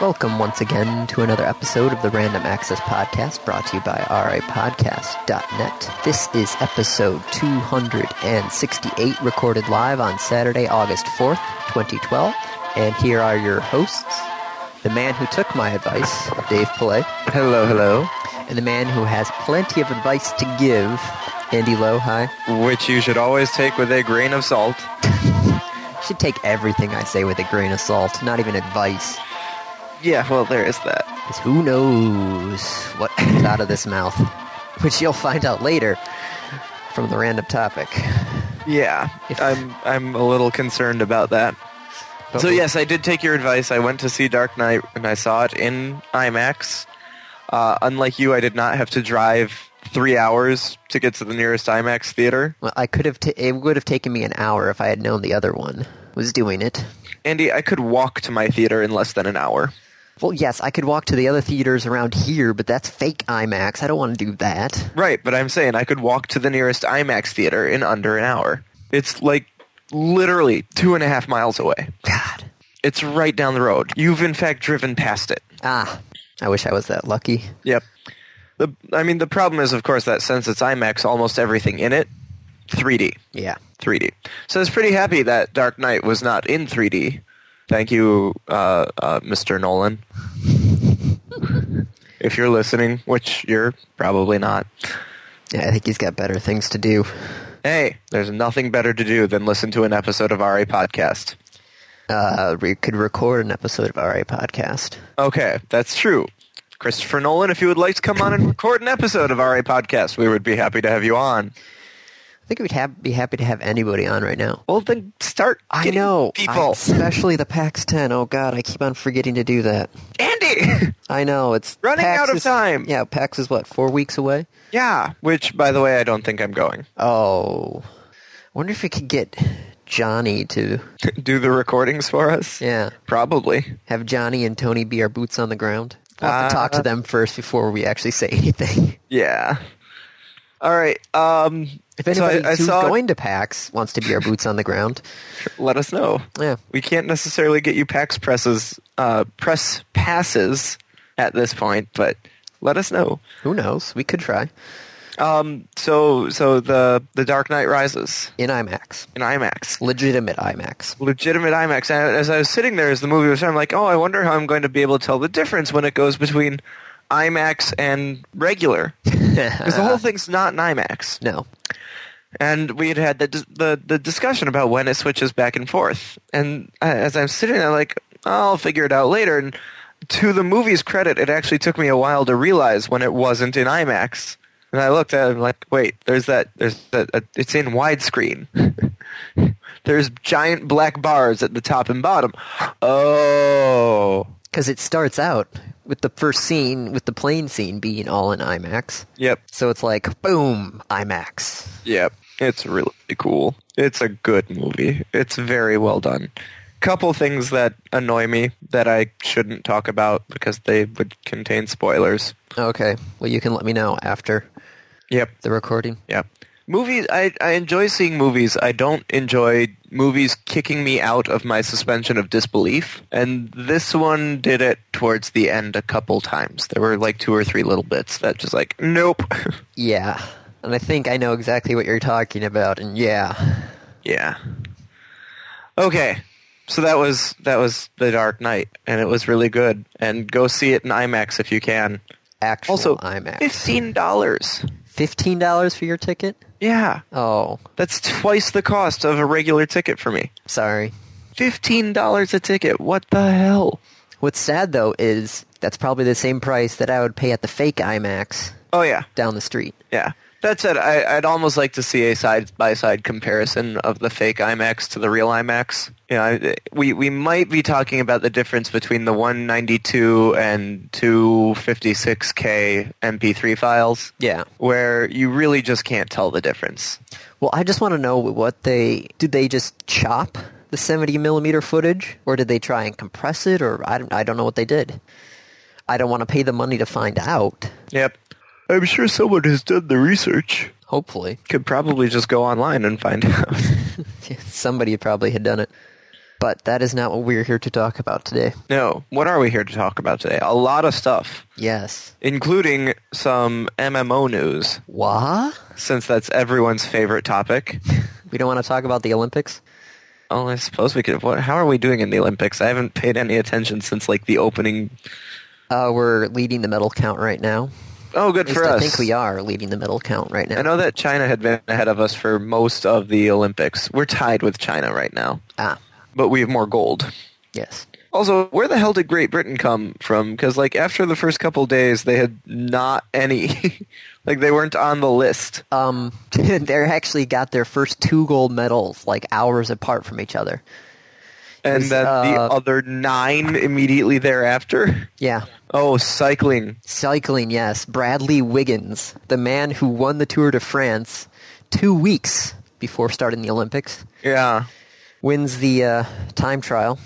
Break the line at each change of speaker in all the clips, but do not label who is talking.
Welcome once again to another episode of the Random Access Podcast brought to you by rapodcast.net. This is episode 268, recorded live on Saturday, August 4th, 2012. And here are your hosts the man who took my advice, Dave Pillay,
Hello, hello.
and the man who has plenty of advice to give, Andy Lowe. Hi.
Which you should always take with a grain of salt.
Should take everything I say with a grain of salt, not even advice.
Yeah, well, there is that.
Because who knows what comes out of this mouth, which you'll find out later from the random topic.
Yeah, I'm I'm a little concerned about that. So yes, I did take your advice. I went to see Dark Knight and I saw it in IMAX. Uh, unlike you, I did not have to drive three hours to get to the nearest IMAX theater.
Well, I could have. T- it would have taken me an hour if I had known the other one was doing it.
Andy, I could walk to my theater in less than an hour.
Well, yes, I could walk to the other theaters around here, but that's fake IMAX. I don't want to do that.
Right, but I'm saying I could walk to the nearest IMAX theater in under an hour. It's like literally two and a half miles away.
God.
It's right down the road. You've in fact driven past it.
Ah, I wish I was that lucky.
Yep. The I mean the problem is of course that since it's IMAX almost everything in it 3D.
Yeah.
3D. So I was pretty happy that Dark Knight was not in 3D. Thank you uh, uh, Mr. Nolan. if you're listening, which you're probably not.
Yeah, I think he's got better things to do.
Hey, there's nothing better to do than listen to an episode of RA podcast.
Uh, we could record an episode of RA podcast.
Okay, that's true. Christopher Nolan, if you would like to come on and record an episode of RA podcast, we would be happy to have you on.
I think we'd ha- be happy to have anybody on right now.
Well, then start.
I
getting
know, I-
people.
especially the PAX 10. Oh God, I keep on forgetting to do that.
Andy.
I know it's
Running
PAX
out of
is-
time.
Yeah, PAX is what four weeks away.
yeah. Which, by the way, I don't think I'm going.
Oh, I wonder if we could get Johnny to
Do the recordings for us.
yeah
Probably.
have Johnny and Tony be our boots on the ground. We'll have to
Uh,
talk to them first before we actually say anything.
Yeah. All right. Um.
If
so I-
anybody
I
who's
saw-
going to PAX wants to be our boots on the ground,
let us know.
yeah,
We can't necessarily get you PAX presses, uh, press passes at this point, but let us know.
who knows? We could try
Um, so so the the Dark Knight Rises
in IMAX,
in IMAX,
legitimate IMAX.
legitimate IMAX. And as I was sitting there as the movie was starting, I'm like, oh, I wonder how I'm going to be able to tell the difference when it goes between IMAX and regular, because the
Uh.
whole thing's not in IMAX.
no,
And we had had the dis- the the discussion about when it switches back and forth. And I- as I'm sitting there, like, I'll figure it out later. And to the movie's credit, it actually took me a while to realize when it wasn't in IMAX. And I looked at it, I'm like, wait, there's that, there's that, uh, it's in widescreen. there's giant black bars at the top and bottom. Oh,
because it starts out with the first scene with the plane scene being all in IMAX.
yep,
So it's like boom IMAX.
Yep. It's really cool. It's a good movie. It's very well done. Couple things that annoy me that I shouldn't talk about because they would contain spoilers.
Okay. Well, you can let me know after
Yep.
the recording.
Yep. Movies I, I enjoy seeing movies. I don't enjoy movies kicking me out of my suspension of disbelief. And this one did it towards the end a couple times. There were like two or three little bits that just like, nope.
Yeah. And I think I know exactly what you're talking about. And yeah,
Yeah. Okay. So that was that was The Dark Knight, and it was really good. And go see it in IMAX if you can.
actual
Also,
IMAX.
fifteen dollars.
Fifteen dollars for your ticket?
Yeah,
Oh,
that's twice the cost of a regular ticket for me.
sorry.
Fifteen dollars a ticket. What the hell?
What's sad though is that's probably the same price that I would pay at the fake IMAX
Oh yeah,
down the street.
yeah. That said, I, I'd almost like to see a side by side comparison of the fake IMAX to the real IMAX. You know, I- we we might be talking about the difference between the 192 and 256k MP3 files.
Yeah.
where you really just can't tell the difference.
Well, I just want to know what they did. They just chop the seventy millimeter footage, or did they try and compress it? Or I don't, I don't know what they did. I don't want to pay the money to find out.
Yep. I'm sure someone has done the research.
Hopefully,
Could probably just go online and find out.
somebody probably had done it. But that is not what we're here to talk about today.
No, what are we here to talk about today? A lot of stuff,
Yes.
including some MMO news,
Wah?
since that's everyone's favorite topic.
We don't want to talk about the Olympics?
Oh, I suppose we could. What, how are we doing in the Olympics? I haven't paid any attention since like the opening.
Uh, we're leading the medal count right now.
Oh, good
At least
for
I
us.
think we are leading the medal count right now.
I know that China had been ahead of us for most of the Olympics. We're tied with China right now,
Ah,
but we have more gold.
yes.
Also, where the hell did Great Britain come from? Because like after the first couple days, they had not any. like they weren't on the list.
Um, they actually got their first two gold medals like hours apart from each other.
and
was,
then the
uh,
other nine immediately thereafter.
Yeah.
Oh, cycling.
Cycling, yes. Bradley Wiggins, the man who won the Tour de France two weeks before starting the Olympics,
Yeah.
wins the uh, time trial.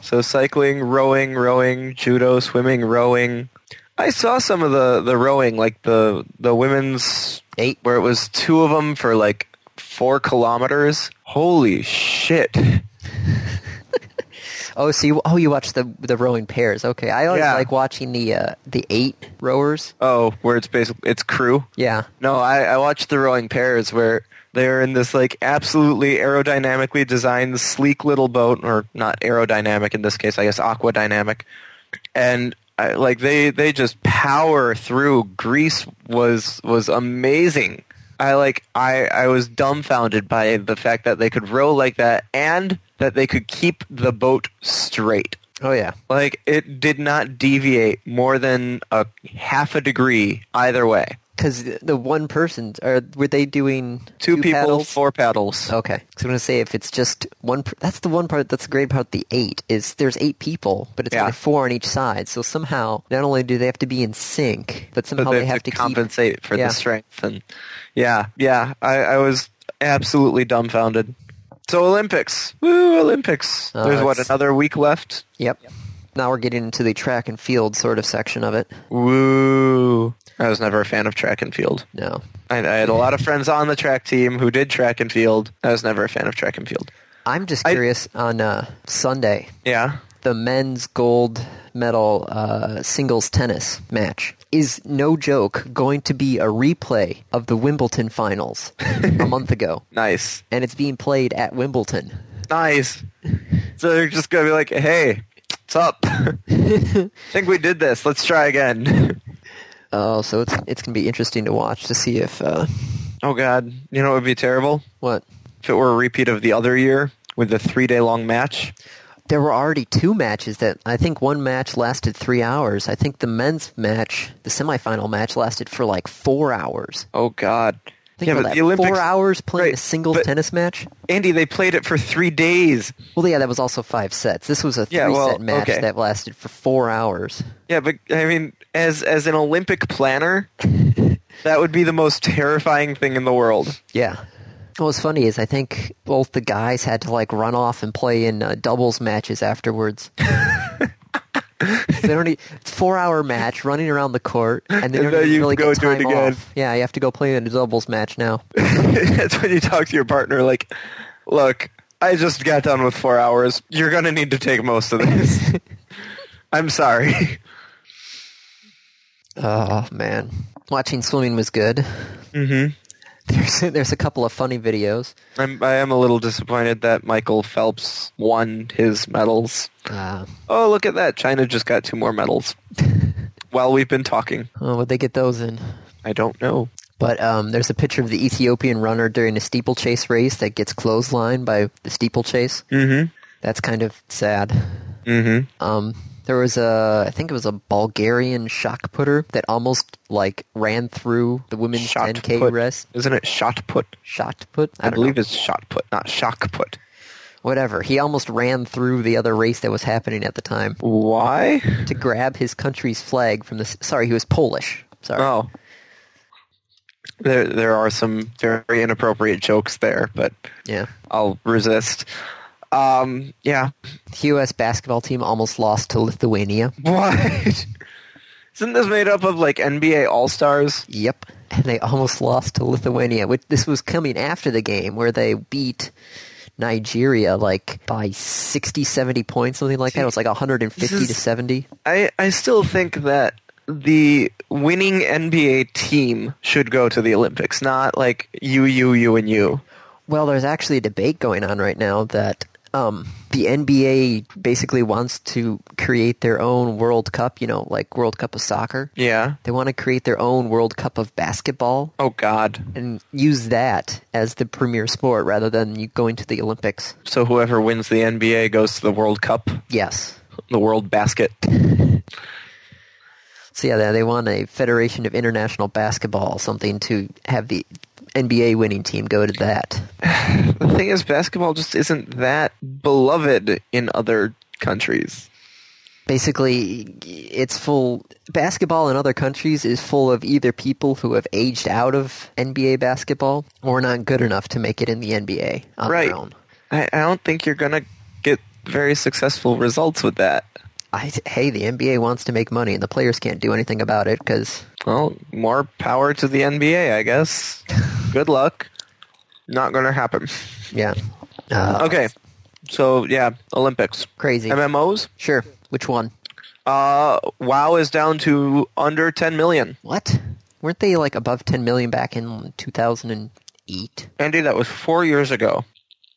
So cycling, rowing, rowing, judo, swimming, rowing. I saw some of the, the rowing, like the the women's
Eight.
where it was two of them for like four kilometers. Holy shit!
Oh, so you oh you watch the the rowing pairs? Okay, I always
Yeah.
like watching the uh, the eight rowers.
Oh, where it's basically it's crew.
Yeah,
No, I, I watched the rowing pairs where they're in this like absolutely aerodynamically designed sleek little boat, or not aerodynamic in this case, I guess aqua dynamic, and I, like they they just power through. Greece was was amazing. I like I I was dumbfounded by the fact that they could row like that and that they could keep the boat straight.
oh yeah,
Like it did not deviate more than a half a degree either way.
because the one person or were they doing
two, people,
paddles? Oh,
four paddles.
Okay, so I'm gonna say if it's just one, per- that's the one part. That's the great part. The eight is there's eight people, but it's
Yeah.
only four on each side. So somehow, not only do they have to be in sync, but
So
somehow they, have to, keep.
compensate for
Yeah.
the strength and yeah, yeah. I, I was absolutely dumbfounded. So Olympics, woo, Olympics.
Oh,
There's what
that's-
another week left.
Yep. Now we're getting into the track and field sort of section of it.
Woo! I was never a fan of track and field.
No,
I, I had a lot of friends on the track team who did track and field. I was never a fan of track and field.
I'm just
I-
curious on uh, Sunday
Yeah.
the men's gold medal uh, singles tennis match is no joke going to be a replay of the Wimbledon finals a month ago,
Nice.
and it's being played at Wimbledon.
Nice. So they're just gonna be like, "Hey, what's up? think we did this. Let's try again."
Oh, so it's it's gonna be interesting to watch to see if uh,
Oh God! You know it would be terrible
what
if it were a repeat of the other year with the three-day-long match.
there were already two matches that I think one match lasted three hours. I think the men's match, the semifinal match, lasted for like four hours.
Oh God!
Think about that. four hours playing
Right,
a singles
but-
tennis match.
Andy, they played it for three days.
Well, yeah, that was also five sets. This was a three
Yeah, well,
set match
okay.
that lasted for four hours.
Yeah, but I mean, as as an Olympic planner, that would be the most terrifying thing in the world.
Yeah. What was funny is I think both the guys had to like run off and play in uh, doubles matches afterwards. they don't need, it's a four hour match running around the court, and they
And
don't
then
even
you
really
go
get
do it
time
again.
off. Yeah, you have to go play in a doubles match now.
That's when you talk to your partner, like, "Look, I just got done with four hours. You're gonna need to take most of this. I'm sorry."
Oh man, watching swimming was good.
Mm-hmm.
There's there's a couple of funny videos.
I'm, I am a little disappointed that Michael Phelps won his medals.
Uh,
Oh, look at that. China just got two more medals. While we've been talking,
oh, would they get those in?
I don't know.
But um, there's a picture of the Ethiopian runner during a steeplechase race that gets clotheslined by the steeplechase.
Mm-hmm.
That's kind of sad.
Mm-hmm.
Um, there was a, I think it was a Bulgarian shock putter that almost like ran through the women's
Shot
10k
put.
rest
Isn't it shot put?
shot put. I,
I,
don't
believe
know.
it's shot put, not shock put.
whatever. He almost ran through the other race that was happening at the time
Why?
to grab his country's flag from the. s- Sorry, he was Polish. Sorry.
Oh. There, there are some very inappropriate jokes there, but
Yeah.
I'll resist. Um, yeah.
The U.S. basketball team almost lost to Lithuania.
What? Isn't this made up of like NBA All Stars?
Yep. And they almost lost to Lithuania. Which this was coming after the game where they beat Nigeria like by 60, 70 points, something like that. It was like 150
This
to
is-
70.
I, I still think that the winning NBA team should go to the Olympics, not like you, you, you, and you.
Well, there's actually a debate going on right now that um, the NBA basically wants to create their own World Cup, you know, like World Cup of soccer.
Yeah.
They want to create their own World Cup of basketball
Oh God.
and use that as the premier sport rather than you going to the Olympics.
So whoever wins the NBA goes to the World Cup,
Yes.
the World Basket.
So yeah, they- they want a Federation of International Basketball, something to have the NBA winning team go to that.
The thing is, basketball just isn't that beloved in other countries.
Basically, it's full basketball in other countries is full of either people who have aged out of NBA basketball or not good enough to make it in the NBA on
right.
their own.
I, I don't think you're gonna get very successful results with that.
I, hey, the NBA wants to make money, and the players can't do anything about it because
Well, more power to the NBA, I guess. Good luck. Not gonna happen.
yeah, uh,
Okay. So yeah, Olympics.
crazy.
MMOs.
sure, which one?
Uh, WoW is down to under 10 million.
What? Weren't they like above 10 million back in 2008?
Andy, that was four years ago.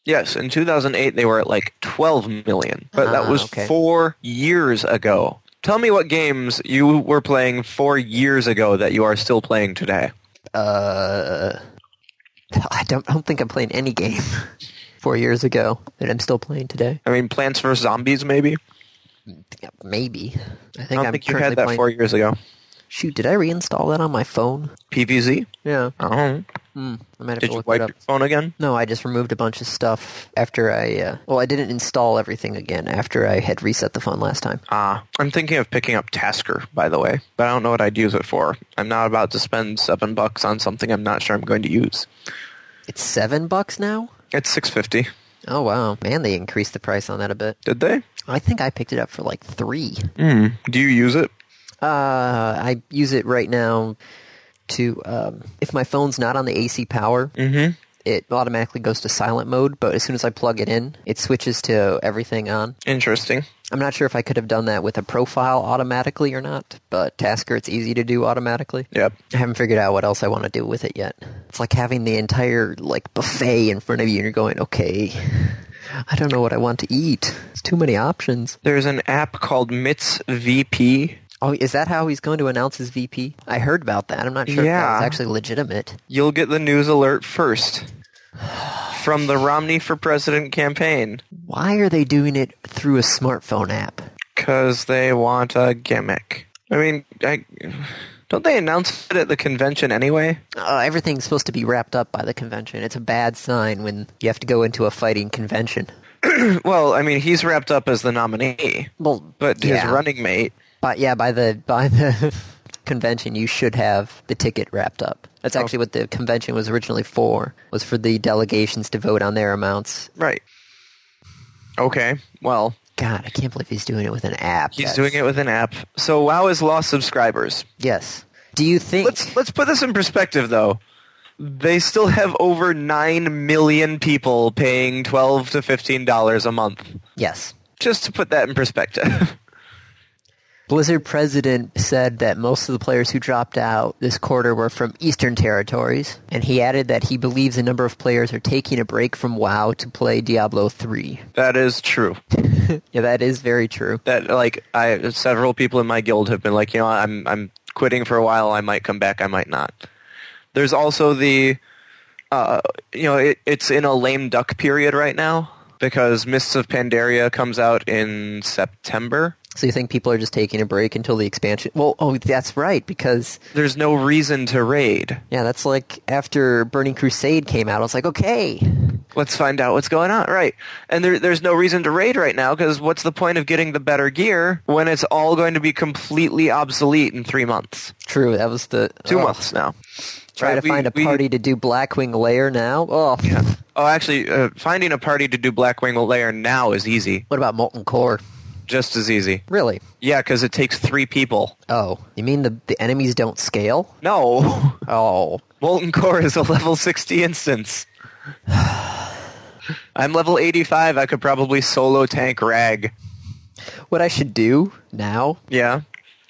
Yes, in 2008 they were at like 12 million, but that
Ah,
was
okay.
four years ago. Tell me what games you were playing four years ago that you are still playing today.
Uh, I don't, I don't think I'm playing any game four years ago that I'm still playing today.
I mean, Plants vs Zombies, maybe.
Yeah, Maybe. I
I
think
don't
am
think you
currently
had that
playing.
four years ago.
Shoot, did I reinstall that on my phone?
PVZ.
Yeah.
Oh,
Hmm. I might have
did
to
you
look it
wipe
up.
your phone again?
No, I just removed a bunch of stuff after I. Uh, well, I didn't install everything again after I had reset the phone last time.
Ah, I'm thinking of picking up Tasker, by the way, but I don't know what I'd use it for. I'm not about to spend seven bucks on something I'm not sure I'm going to use.
It's seven bucks now.
It's six fifty.
Oh wow, man! They increased the price on that a bit.
Did they?
I think I picked it up for like three.
Hmm. Do you use it?
Uh, I use it right now to um, if my phone's not on the AC power,
Mm-hmm.
it automatically goes to silent mode. But as soon as I plug it in, it switches to everything on.
Interesting.
I'm not sure if I could have done that with a profile automatically or not, but Tasker it's easy to do automatically.
Yep.
I haven't figured out what else I want to do with it yet. It's like having the entire like buffet in front of you, and you're going, okay, I don't know what I want to eat. It's too many options.
There's an app called MITS VP.
Oh, is that how he's going to announce his VP? I heard about that. I'm not sure if that was
Yeah.
actually legitimate.
You'll get the news alert first from the Romney for President campaign
Why are they doing it through a smartphone app?
because they want a gimmick. I mean, I, don't they announce it at the convention anyway?
Uh, everything's supposed to be wrapped up by the convention. It's a bad sign when you have to go into a fighting convention.
Well, I mean, he's wrapped up as the nominee,
Well,
but
yeah,
his running mate.
but yeah, by the by the convention, you should have the ticket wrapped up. That's actually what the convention was originally for. Was for the delegations to vote on their amounts.
Right. Okay. Well,
God, I can't believe he's doing it with an app.
he's doing it with an app. So WoW has lost subscribers.
Yes. Do you think?
Let's let's put this in perspective, though. They still have over nine million people paying twelve to fifteen dollars a month.
yes.
Just to put that in perspective.
Blizzard president said that most of the players who dropped out this quarter were from Eastern territories, and he added that he believes a number of players are taking a break from WoW to play Diablo 3.
that is true.
Yeah, that is very true.
That like I several people in my guild have been like, you know, I'm I'm quitting for a while. I might come back. I might not. There's also the, uh, you know, it, it's in a lame duck period right now because Mists of Pandaria comes out in September.
So you think people are just taking a break until the expansion? Well, oh, that's right, because,
There's no reason to raid.
yeah, that's like after Burning Crusade came out, I was like, okay.
let's find out what's going on right and there, there's no reason to raid right now because what's the point of getting the better gear when it's all going to be completely obsolete in three months
True, that was the.
Two
oh,
months now
Try
Right,
to
we-
find a
we-
party to do Blackwing Lair now? Oh.
oh actually uh, finding a party to do blackwing layer now is easy
What about Molten Core?
just as easy
Really?
yeah because it takes three people
Oh, you mean the, the enemies don't scale?
no
Oh,
molten core is a level 60 instance I'm level 85. I could probably solo tank Rag.
What I should do now,
Yeah.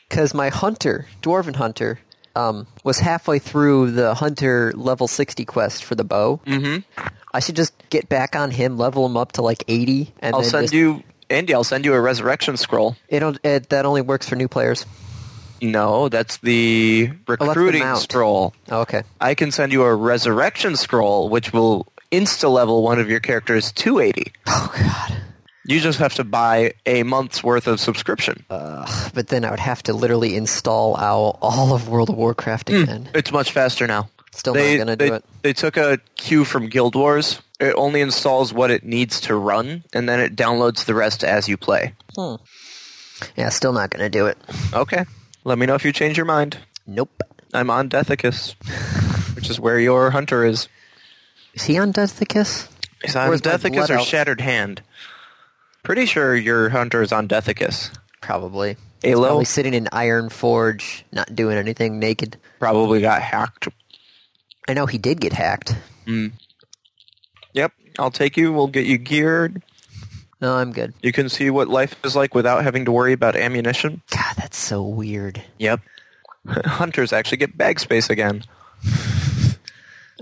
because my hunter, dwarven hunter, um, was halfway through the hunter level 60 quest for the bow. Mm-hmm. I should just get back on him, level him up to like 80, and
I'll
then
send
just-
you, Andy, I'll send you a resurrection scroll.
It'll, it, that only works for new players.
No, that's the
Oh, the
recruiting
mount.
scroll.
Oh, okay.
I can send you a resurrection scroll, which will insta level one of your characters to 80.
Oh, God.
You just have to buy a month's worth of subscription.
Uh, But then I would have to literally install all, all of World of Warcraft again.
It's much faster now.
Still not
they,
gonna
they,
do it.
They took a cue from Guild Wars. It only installs what it needs to run, and then it downloads the rest as you play.
Yeah, still not going to do it.
Okay. Let me know if you change your mind.
Nope.
I'm on Dethicus, which is where your hunter is.
Is he on Death the Kiss?
Is on
Where's my
Dethicus
blood
or
elf?
Shattered Hand? Pretty sure your hunter is on Dethicus.
Probably.
Hey,
He's
Lo.
Probably sitting in Iron Forge, not doing anything, naked.
Probably got hacked.
I know he did get hacked.
Yep. I'll take you. We'll get you geared.
No, I'm good.
You can see what life is like without having to worry about ammunition.
God, that's so weird.
Yep. Hunters actually get bag space again.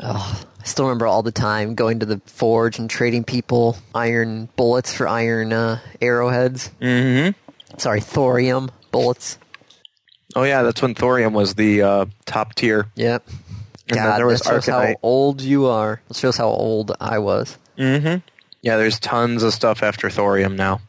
I still remember all the time going to the forge and trading people iron bullets for iron uh, arrowheads. Mm-hmm. Sorry, thorium bullets.
Oh yeah, that's when thorium was the uh, top tier.
Yep.
And then
God,
there was
that shows how
Arcanite.
old you are. It shows how old I was.
Yeah, there's tons of stuff after thorium now.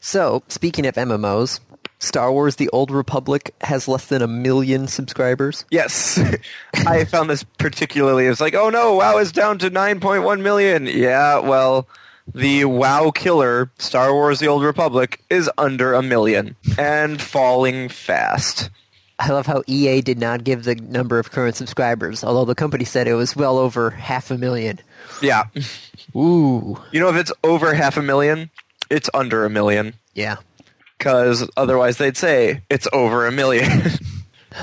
So, speaking of MMOs, Star Wars The Old Republic has less than a million subscribers.
Yes, I found this particularly. It's like, oh no, WoW is down to 9.1 million. Yeah, well, the WoW killer, Star Wars: The Old Republic, is under a million and falling fast.
I love how EA did not give the number of current subscribers, although the company said it was well over half a million.
Yeah,
Ooh.
you know, if it's over half a million, it's under a million.
Yeah.
Because otherwise, they'd say it's over a million.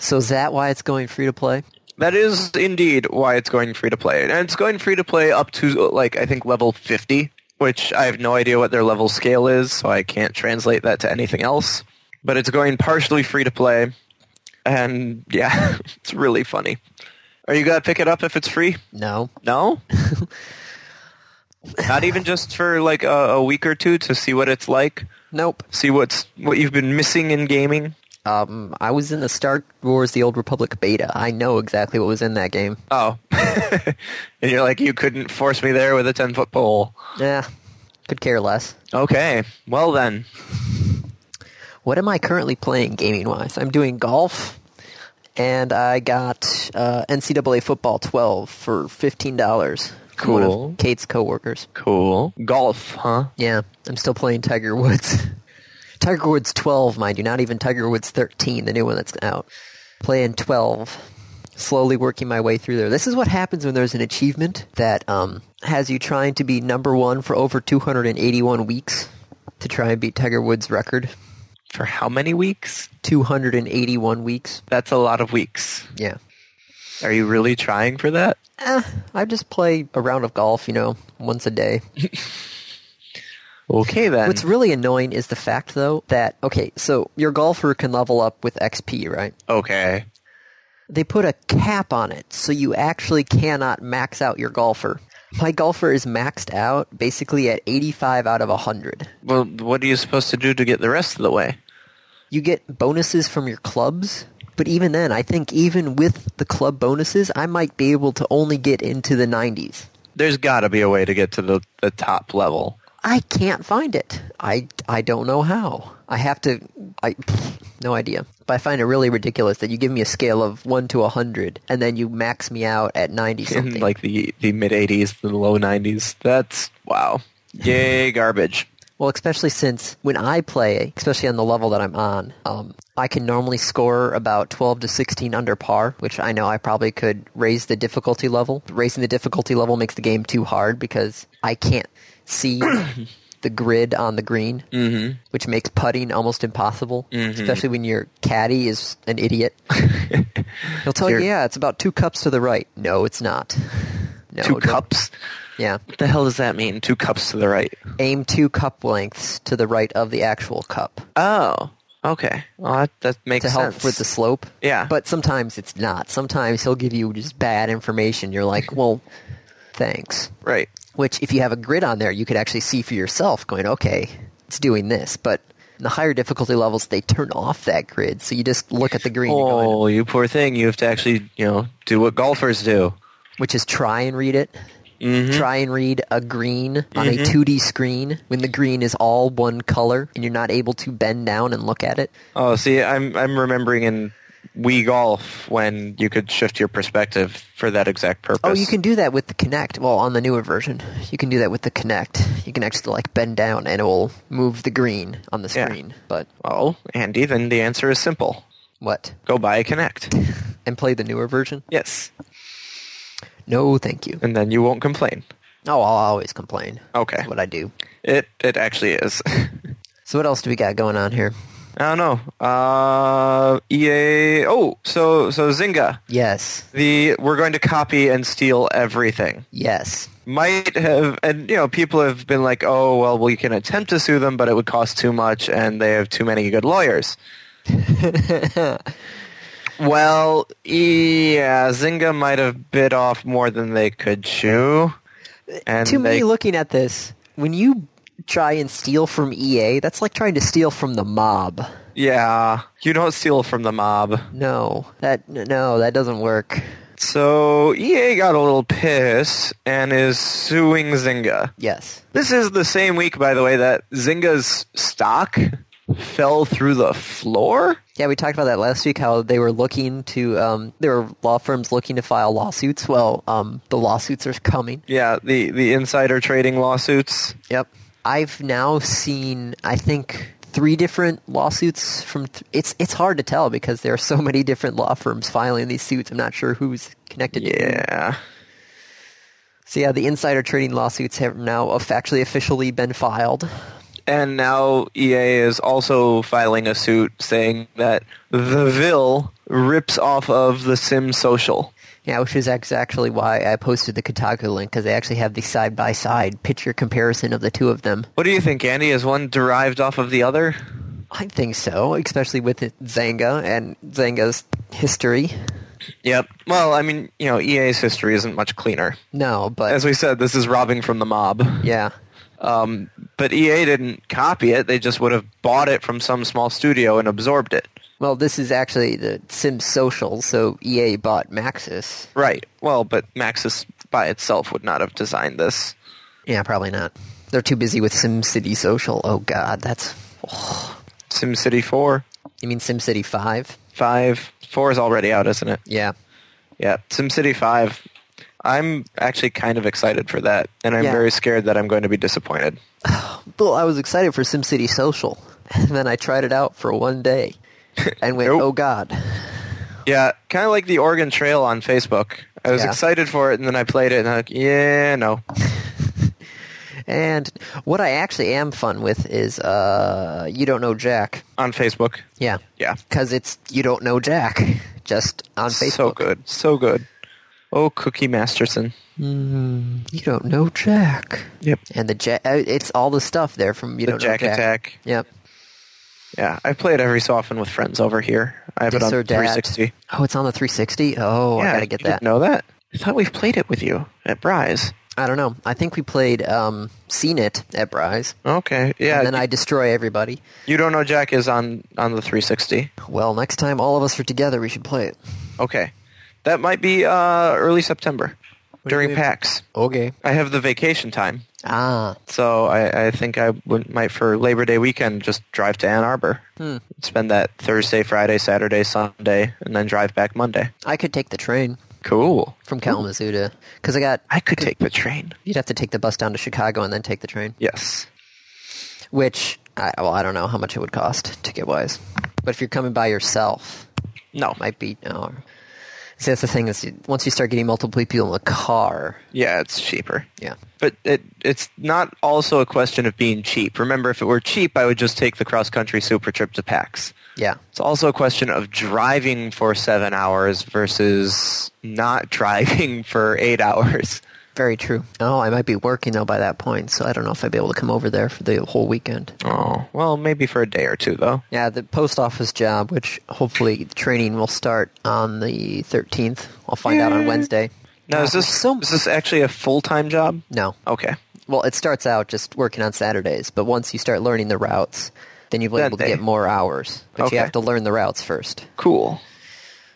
So is that why it's going free to play?
That is indeed why it's going free to play. And it's going free to play up to, like, I think level 50, which I have no idea what their level scale is, so I can't translate that to anything else. But it's going partially free to play. And yeah, it's really funny. Are you going to pick it up if it's free?
No.
No? Not even just for like a, a week or two to see what it's like,
Nope.
see what's what you've been missing in gaming.
Um, I was in the Star Wars The Old Republic beta. I know exactly what was in that game.
Oh, and you're like you couldn't force me there with a ten foot pole.
Yeah. Eh, Could care less.
Okay. Well then,
What am I currently playing gaming wise? I'm doing golf, and I got uh, NCAA Football 12 for $15. from one of
Cool.
Kate's coworkers.
cool. Golf, huh?
Yeah, I'm still playing Tiger Woods. Tiger Woods 12, mind you, not even Tiger Woods 13, the new one that's out. Playing 12, slowly working my way through there. This is what happens when there's an achievement that um, has you trying to be number one for over 281 weeks to try and beat Tiger Woods' record.
For how many weeks?
281 weeks.
That's a lot of weeks.
Yeah.
Are you really trying for that?
Eh, I just play a round of golf, you know, once a day.
Okay then.
What's really annoying is the fact, though, that, okay, so your golfer can level up with XP, right?
okay.
They put a cap on it, so you actually cannot max out your golfer. My golfer is maxed out basically at 85 out of 100.
Well, what are you supposed to do to get the rest of the way?
You get bonuses from your clubs, but even then, I think even with the club bonuses, I might be able to only get into the 90s.
There's got to be a way to get to the, the top level.
I can't find it. I I don't know how. I have to. I no idea. But I find it really ridiculous that you give me a scale of one to hundred, and then you max me out at ninety
In
something.
like the the mid 80s, the low 90s. That's wow. Yay, garbage.
well, especially since when I play, especially on the level that I'm on, um, I can normally score about twelve to sixteen under par, which I know I probably could raise the difficulty level. Raising the difficulty level makes the game too hard because I can't see. The grid on the green,
Mm.
which makes putting almost impossible, especially when your caddy is an idiot. He'll tell you,
You're-
yeah, it's about two cups to the right. No, it's not. No,
two
don't-
cups.
Yeah.
What the hell does that mean? Two cups to the right.
Aim two cup lengths to the right of the actual cup
Oh, okay. Well, that, that makes
to help
sense.
with the slope.
Yeah.
But sometimes it's not. Sometimes he'll give you just bad information. You're like, well, thanks.
right.
Which, if you have a grid on there, you could actually see for yourself going, okay, it's doing this. But in the higher difficulty levels, they turn off that grid. So you just look at the green, and go in,
Oh, you poor thing. You have to actually, you know, do what golfers do.
which is try and read it.
Mm-hmm.
Try and read a green on a 2D screen when the green is all one color and you're not able to bend down and look at it.
Oh, see, I'm I'm remembering in Wii Golf when you could shift your perspective for that exact purpose.
Oh, you can do that with the Kinect. Well, on the newer version, you can do that with the Kinect. You can actually like bend down and it will move the green on the
Yeah.
screen. But
Well, Andy, then the answer is simple.
what?
Go buy a Kinect.
And play the newer version?
yes,
No, thank you.
and then you won't complain.
Oh, I'll always complain.
Okay.
That's what I do.
It it actually is.
So what else do we got going on here?
I don't know. Uh, EA. Oh, so so Zynga.
Yes.
The we're going to copy and steal everything.
Yes.
might have and you know people have been like oh well we can attempt to sue them but it would cost too much and they have too many good lawyers well yeah zynga might have bit off more than they could chew and
to
they,
me looking at this when you try and steal from ea that's like trying to steal from the mob
yeah you don't steal from the mob
no that no that doesn't work
so ea got a little pissed and is suing zynga
yes
This is the same week, by the way, that Zynga's stock fell through the floor.
yeah we talked about that last week how they were looking to um, there were law firms looking to file lawsuits well um, the lawsuits are coming
Yeah, the, the insider trading lawsuits.
Yep. I've now seen, I think, three different lawsuits from. Th- it's it's hard to tell because there are so many different law firms filing these suits. I'm not sure who's connected. to who.
Yeah.
So yeah, the insider trading lawsuits have now of- actually officially been filed.
And now EA is also filing a suit saying that The Ville rips off of The Sim Social.
Yeah, which is ex- actually why I posted the Kotaku link because they actually have the side by side picture comparison of the two of them.
What do you think, Andy? Is one derived off of the other?
I think so, especially with it- Zanga and Zanga's history.
Yep. Well, I mean, you know, EA's history isn't much cleaner.
No, but
As we said, this is robbing from the mob.
yeah,
Um, but EA didn't copy it. They just would have bought it from some small studio and absorbed it.
Well, this is actually the Sim Social, so EA bought Maxis.
Right. Well, but Maxis by itself would not have designed this.
Yeah, probably not. They're too busy with Sim City Social. Oh God, that's.
SimCity 4,
You mean Sim City Five?
5, 4 is already out, isn't it?
Yeah.
Yeah. SimCity 5. I'm actually kind of excited for that, and I'm
Yeah.
very scared that I'm going to be disappointed.
Well, I was excited for Sim City Social, and then I tried it out for one day, and went,
Nope.
"Oh God."
Yeah, kind of like the Oregon Trail on Facebook. I was
Yeah.
excited for it, and then I played it, and I'm like, yeah, no.
And what I actually am fun with is, uh, you don't know Jack.
On Facebook.
Yeah.
Yeah.
Because it's you don't know Jack, just on Facebook.
So good. So good. Oh, Cookie Masterson.
You don't know Jack.
Yep.
And the Jack, it's all the stuff there from you
The
don't
Jack,
know Jack.
Attack.
Yep.
Yeah, I play it every so often with friends over here. I have it on
Dis or dat.
360.
Oh, it's on the 360. Oh, I gotta get
you
that.
didn't know that? I thought we've played it with you at Bry's.
I don't know. I think we played um, Seen It at Bry's,
Okay, yeah.
and then I destroy everybody.
you don't know Jack is on on the 360.
Well, next time all of us are together, we should play it.
Okay, that might be uh, early September during
you-
PAX.
Okay.
I have the vacation time,
Ah,
so I, I think I would, might for Labor Day weekend just drive to Ann Arbor,
Hmm.
spend that Thursday, Friday, Saturday, Sunday, and then drive back Monday.
I could take the train
Cool.
from Kalamazoo to because I got.
I could take the train.
You'd have to take the bus down to Chicago and then take the train,
Yes.
which I, well, I don't know how much it would cost ticket wise. But if you're coming by yourself,
No.
might be no. See, that's the thing is, you- once you start getting multiple people in the car,
Yeah, it's cheaper.
yeah,
But it, it's not also a question of being cheap. Remember, if it were cheap, I would just take the cross country super trip to PAX.
yeah,
It's also a question of driving for seven hours versus not driving for eight hours.
Very true. Oh, I might be working though by that point, so I don't know if I'd be able to come over there for the whole weekend.
Oh, well, maybe for a day or two though.
Yeah, the post office job, which hopefully training will start on the 13th. I'll find out on Wednesday.
Now, is
God,
this
so-
is this actually a full time job?
No.
Okay.
Well, it starts out just working on Saturdays, but once you start learning the routes, then you'll be
Then
able to
they-
get more hours. But
Okay.
you have to learn the routes first.
Cool.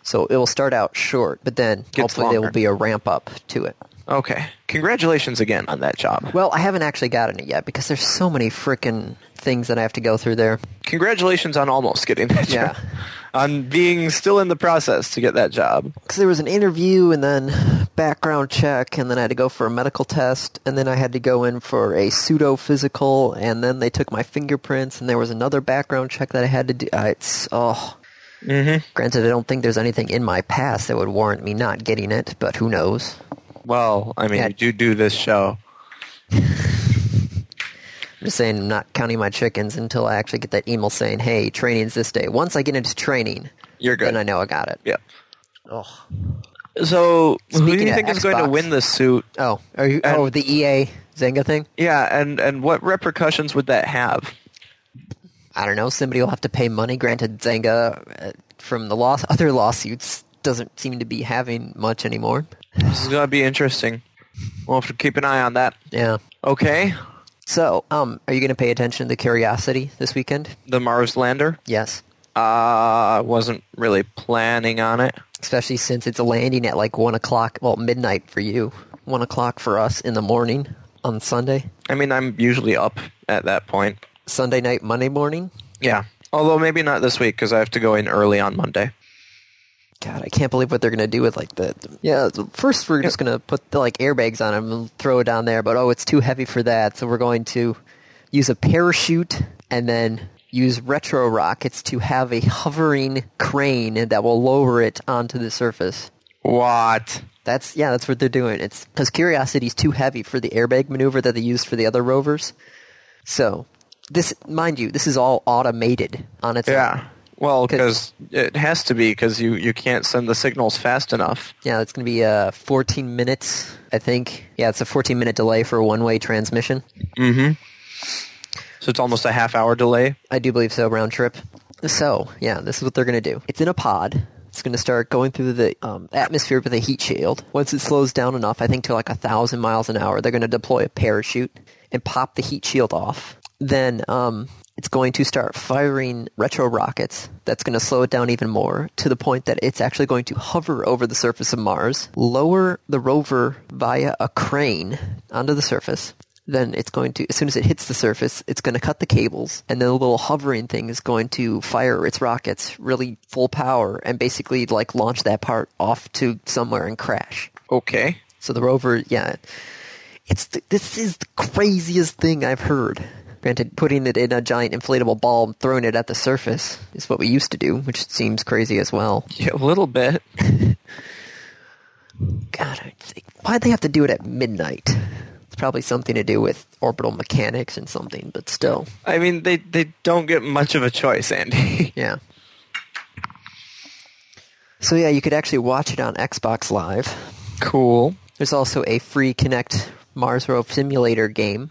So it will start out short, but then hopefully there
longer.
will be a ramp up to it.
Okay. Congratulations again on that job.
Well, I haven't actually gotten it yet because there's so many freaking things that I have to go through there.
Congratulations on almost getting that
Yeah.
job. On being still in the process to get that job.
Because there was an interview and then background check, and then I had to go for a medical test, and then I had to go in for a pseudo physical, and then they took my fingerprints, and there was another background check that I had to do. Uh, it's oh. Mm-hmm. Granted, I don't think there's anything in my past that would warrant me not getting it, but who knows?
Well, I mean,
Yeah.
you do do this show.
I'm just saying, I'm not counting my chickens until I actually get that email saying, "Hey, training's this day." Once I get into training,
You're good.
Then I know I got it.
Yeah.
Oh,
So, who do
Speaking
you
of
think is going to
Xbox.
win this suit?
oh, are you?
And-
oh, the EA Zynga thing.
Yeah, and and what repercussions would that have?
I don't know, somebody will have to pay money. Granted, Zanga uh, from the loss, other lawsuits doesn't seem to be having much anymore.
This is going to be interesting. We'll have to keep an eye on that.
Yeah.
Okay.
So, um, are you going to pay attention to the Curiosity this weekend?
The Mars lander.
Yes.
Uh, wasn't really planning on it.
Especially since it's landing at like 1 o'clock, well, midnight for you, 1 o'clock for us in the morning on Sunday.
I mean, I'm usually up at that point.
Sunday night, Monday morning.
Yeah. Although maybe not this week because I have to go in early on Monday.
God, I can't believe what they're gonna do with like the. Yeah, so first we're just gonna put the, like airbags on them and throw it down there, but oh, it's too heavy for that, so we're going to use a parachute and then use retro rockets to have a hovering crane that will lower it onto the surface.
What?
That's yeah, that's what they're doing. It's because Curiosity's too heavy for the airbag maneuver that they used for the other rovers. So this, mind you, this is all automated on its own.
Yeah. Well,
'Cause-
because it has to be because you, you can't send the signals fast enough.
Yeah, it's going to be uh, 14 minutes, I think. Yeah, it's a 14 minute delay for a one way transmission.
So it's almost a half hour delay.
I do believe so, round trip. So, yeah, this is what they're going to do. It's in a pod. It's going to start going through the um, atmosphere with a heat shield. Once it slows down enough, I think to like a thousand miles an hour, they're going to deploy a parachute and pop the heat shield off. Then um, it's going to start firing retro rockets. That's going to slow it down even more to the point that it's actually going to hover over the surface of Mars, lower the rover via a crane onto the surface, then it's going to as soon as it hits the surface it's going to cut the cables and then the little hovering thing is going to fire its rockets really full power and basically like launch that part off to somewhere and crash
Okay.
so the rover yeah it's th- this is the craziest thing i've heard granted putting it in a giant inflatable ball and throwing it at the surface is what we used to do which seems crazy as well
Yeah, a little bit.
God, I think- why'd they have to do it at midnight? It's probably something to do with orbital mechanics and something, but still,
I mean, they, they don't get much of a choice, Andy.
yeah. So yeah, you could actually watch it on Xbox Live.
cool.
There's also a free Connect Mars Rover Simulator game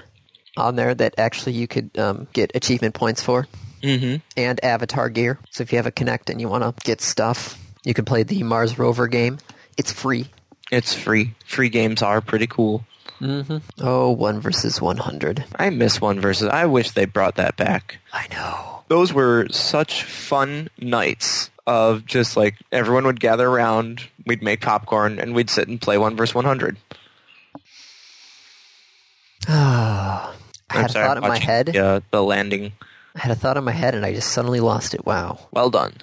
on there that actually you could um, get achievement points for, mm-hmm. and avatar gear. So if you have a Connect and you want to get stuff, you can play the Mars Rover game. It's free.
It's free. Free games are pretty cool.
Oh, one versus one hundred.
I miss one versus. I wish they brought that back.
I know.
Those were such fun nights of just like everyone would gather around, we'd make popcorn, and we'd sit and play one versus one hundred.
I had a thought in my head.
Yeah, the landing.
I had a thought in my head, and I just suddenly lost it. Wow.
Well done.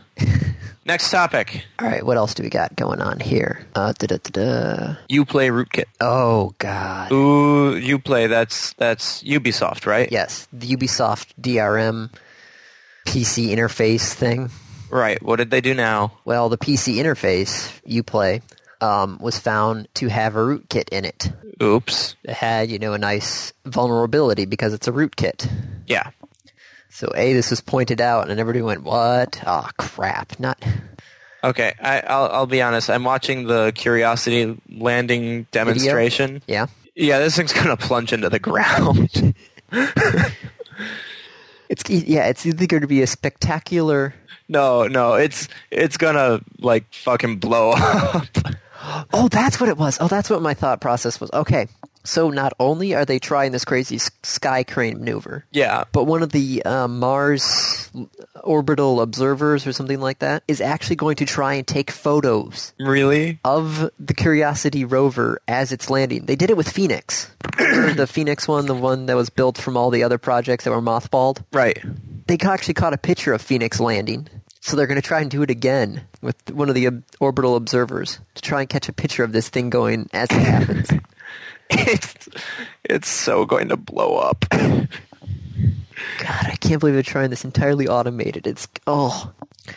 Next topic.
All right, what else do we got going on here? Uh, da-da-da-da.
You play Rootkit.
Oh God.
Ooh, you play. That's that's Ubisoft, right?
Yes, the Ubisoft DRM PC interface thing.
Right. What did they do now?
Well, the PC interface you play um, was found to have a rootkit in it.
Oops.
It had, you know, a nice vulnerability because it's a rootkit.
Yeah.
So, a this was pointed out, and everybody went, "What? Oh crap! Not
Okay. I, I'll I'll be honest. I'm watching the Curiosity landing demonstration.
yeah."
Yeah, this thing's gonna plunge into the ground.
It's e, yeah, it's either going to be a spectacular.
no, no, it's it's gonna like fucking blow up.
Oh, that's what it was. Oh, that's what my thought process was. Okay, so not only are they trying this crazy s- sky crane maneuver,
yeah,
but one of the uh, Mars orbital observers or something like that is actually going to try and take photos
really?
of the Curiosity rover as it's landing. They did it with Phoenix, the Phoenix one, the one that was built from all the other projects that were mothballed.
Right.
they ca- actually caught a picture of Phoenix landing. So they're going to try and do it again with one of the ob- orbital observers to try and catch a picture of this thing going as it happens.
It's it's so going to blow up.
God, I can't believe they're trying this entirely automated. It's oh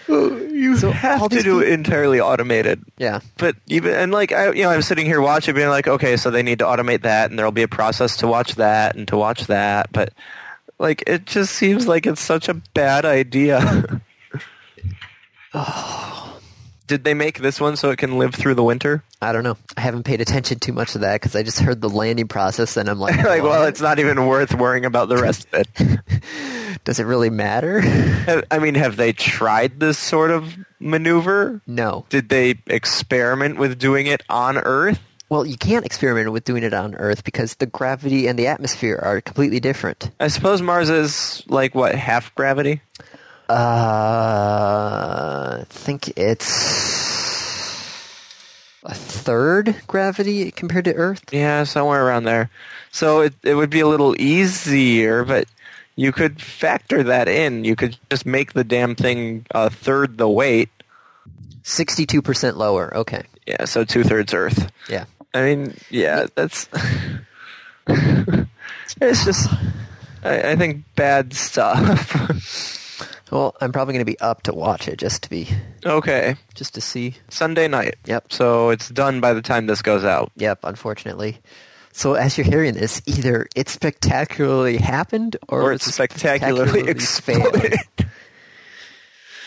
you
all
have to
these
do it entirely automated.
yeah,
But even and like I, you know, I'm sitting here watching, being like, okay, so they need to automate that, and there'll be a process to watch that and to watch that. But like, it just seems like it's such a bad idea. Did they make this one so it can live through the winter?
I don't know. I haven't paid attention too much to that because I just heard the landing process and I'm like,
like, well,
"What?
it's not even worth worrying about the rest of it.
does it really matter?
Have- I mean, have they tried this sort of maneuver?
no.
Did they experiment with doing it on Earth?
Well, you can't experiment with doing it on Earth because the gravity and the atmosphere are completely different.
I suppose Mars is like what half gravity.
Uh, I think it's a third gravity compared to Earth.
Yeah, somewhere around there. So it it would be a little easier, but you could factor that in. You could just make the damn thing a third the weight.
Sixty-two percent lower. Okay.
Yeah, so two thirds Earth.
Yeah.
I mean, yeah, that's it's just I, I think bad stuff.
Well, I'm probably going to be up to watch it just to be
okay,
just to see.
Sunday night.
Yep.
So it's done by the time this goes out.
Yep. Unfortunately. So as you're hearing this, either it spectacularly happened, or,
Or it's spectacularly
failed.
exploded.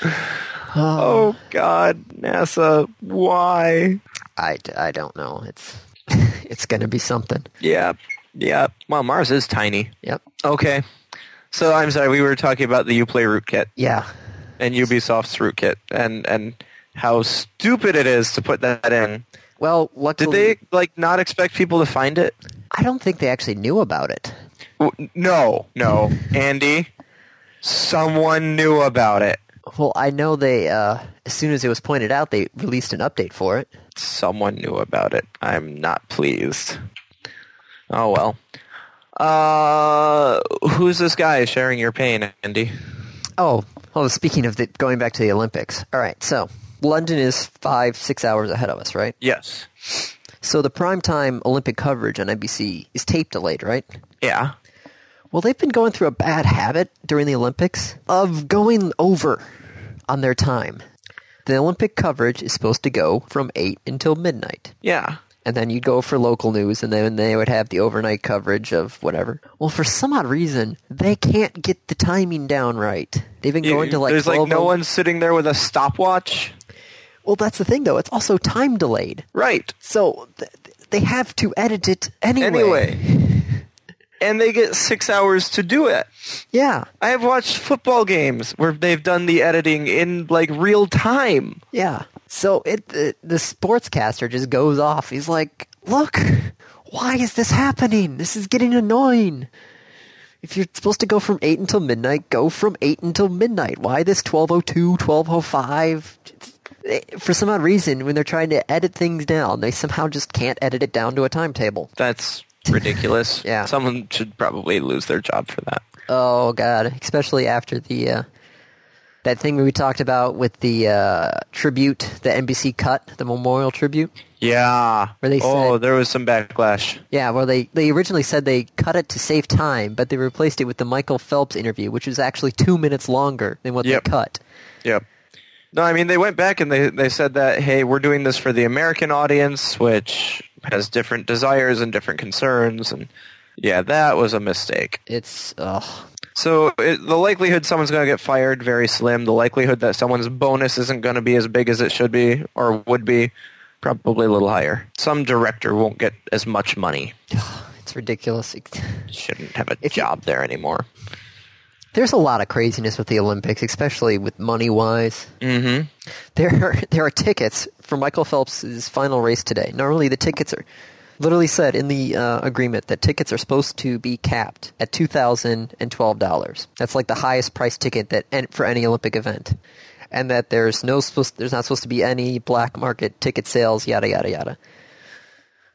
oh God, NASA, why?
I, d- I don't know. It's it's going to be something.
Yeah, yeah. Well, Mars is tiny.
Yep.
Okay. So I'm sorry, we were talking about the Uplay rootkit
Yeah.
and Ubisoft's rootkit and and how stupid it is to put that in.
Well, luckily,
Did they like not expect people to find it?
I don't think they actually knew about it.
W- No, no, Andy. Someone knew about it.
Well, I know they. Uh, as soon as it was pointed out, they released an update for it.
Someone knew about it. I'm not pleased. Oh well. Uh, who's this guy sharing your pain, Andy?
Oh, well. Speaking of the, going back to the Olympics. All right, so London is five, six hours ahead of us, right?
Yes.
So the primetime Olympic coverage on NBC is tape delayed, right?
Yeah.
Well, they've been going through a bad habit during the Olympics of going over on their time. The Olympic coverage is supposed to go from eight until midnight.
Yeah.
and then you'd go for local news, and then they would have the overnight coverage of whatever. Well, for some odd reason, they can't get the timing down right. They've been going to like
there's
12
like no
o-
one sitting there with a stopwatch.
Well, that's the thing though; it's also time delayed,
Right.
so th- they have to edit it anyway.
Anyway. and they get six hours to do it.
yeah,
I have watched football games where they've done the editing in like real time.
yeah. So it the, the sportscaster just goes off. He's like, "Look, why is this happening? This is getting annoying." If you're supposed to go from 8 until midnight, go from 8 until midnight. Why this 1202, 1205? It's- For some odd reason, when they're trying to edit things down, they somehow just can't edit it down to a timetable.
That's ridiculous.
Yeah.
Someone should probably lose their job for that.
Oh, God. Especially after the. Uh, that thing we talked about with the uh, tribute, the NBC cut, the memorial tribute.
Yeah.
Where they
oh,
said-
there was some backlash.
Yeah, well, they, they originally said they cut it to save time, but they replaced it with the Michael Phelps interview, which was actually two minutes longer than what
Yep.
they cut.
Yep. No, I mean they went back and they they said that hey, we're doing this for the American audience, which has different desires and different concerns, and yeah, that was a mistake.
It's. Ugh.
So it, the likelihood someone's going to get fired very slim. The likelihood that someone's bonus isn't going to be as big as it should be or would be probably a little higher. Some director won't get as much money.
It's ridiculous.
Shouldn't have a
If you-
job there anymore.
There's a lot of craziness with the Olympics, especially with money wise.
Mm-hmm.
There are, there are tickets for Michael Phelps' final race today. Normally, the tickets are literally said in the uh, agreement that tickets are supposed to be capped at two thousand and twelve dollars. That's like the highest price ticket that an- for any Olympic event, and that there's no supposed there's not supposed to be any black market ticket sales. Yada yada yada.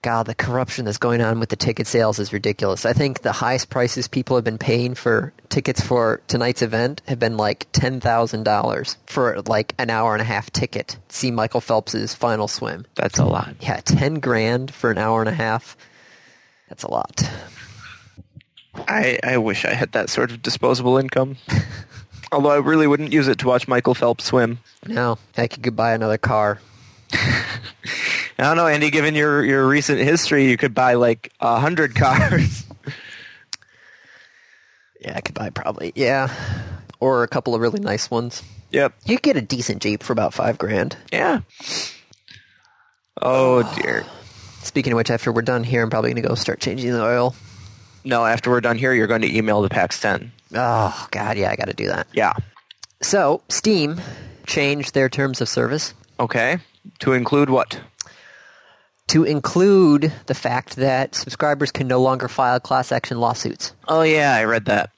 God, the corruption that's going on with the ticket sales is ridiculous. I think the highest prices people have been paying for tickets for tonight's event have been like ten thousand dollars for like an hour and a half ticket. to See Michael Phelps's final swim.
That's a lot.
Yeah, ten grand for an hour and a half. That's a lot.
I, I wish I had that sort of disposable income. Although I really wouldn't use it to watch Michael Phelps swim.
No, I could go buy another car.
I don't know, Andy. Given your, your recent history, you could buy like a hundred cars.
Yeah, I could buy probably yeah, or a couple of really nice ones.
yep.
You could get a decent Jeep for about five grand.
Yeah. Oh dear.
Speaking of which, after we're done here, I'm probably gonna go start changing the oil.
No. After we're done here, you're going to email the PAX 10.
Oh God, yeah, I got to do that.
Yeah.
So Steam changed their terms of service
Okay. To include what?
to include the fact that subscribers can no longer file class action lawsuits.
Oh yeah, I read that.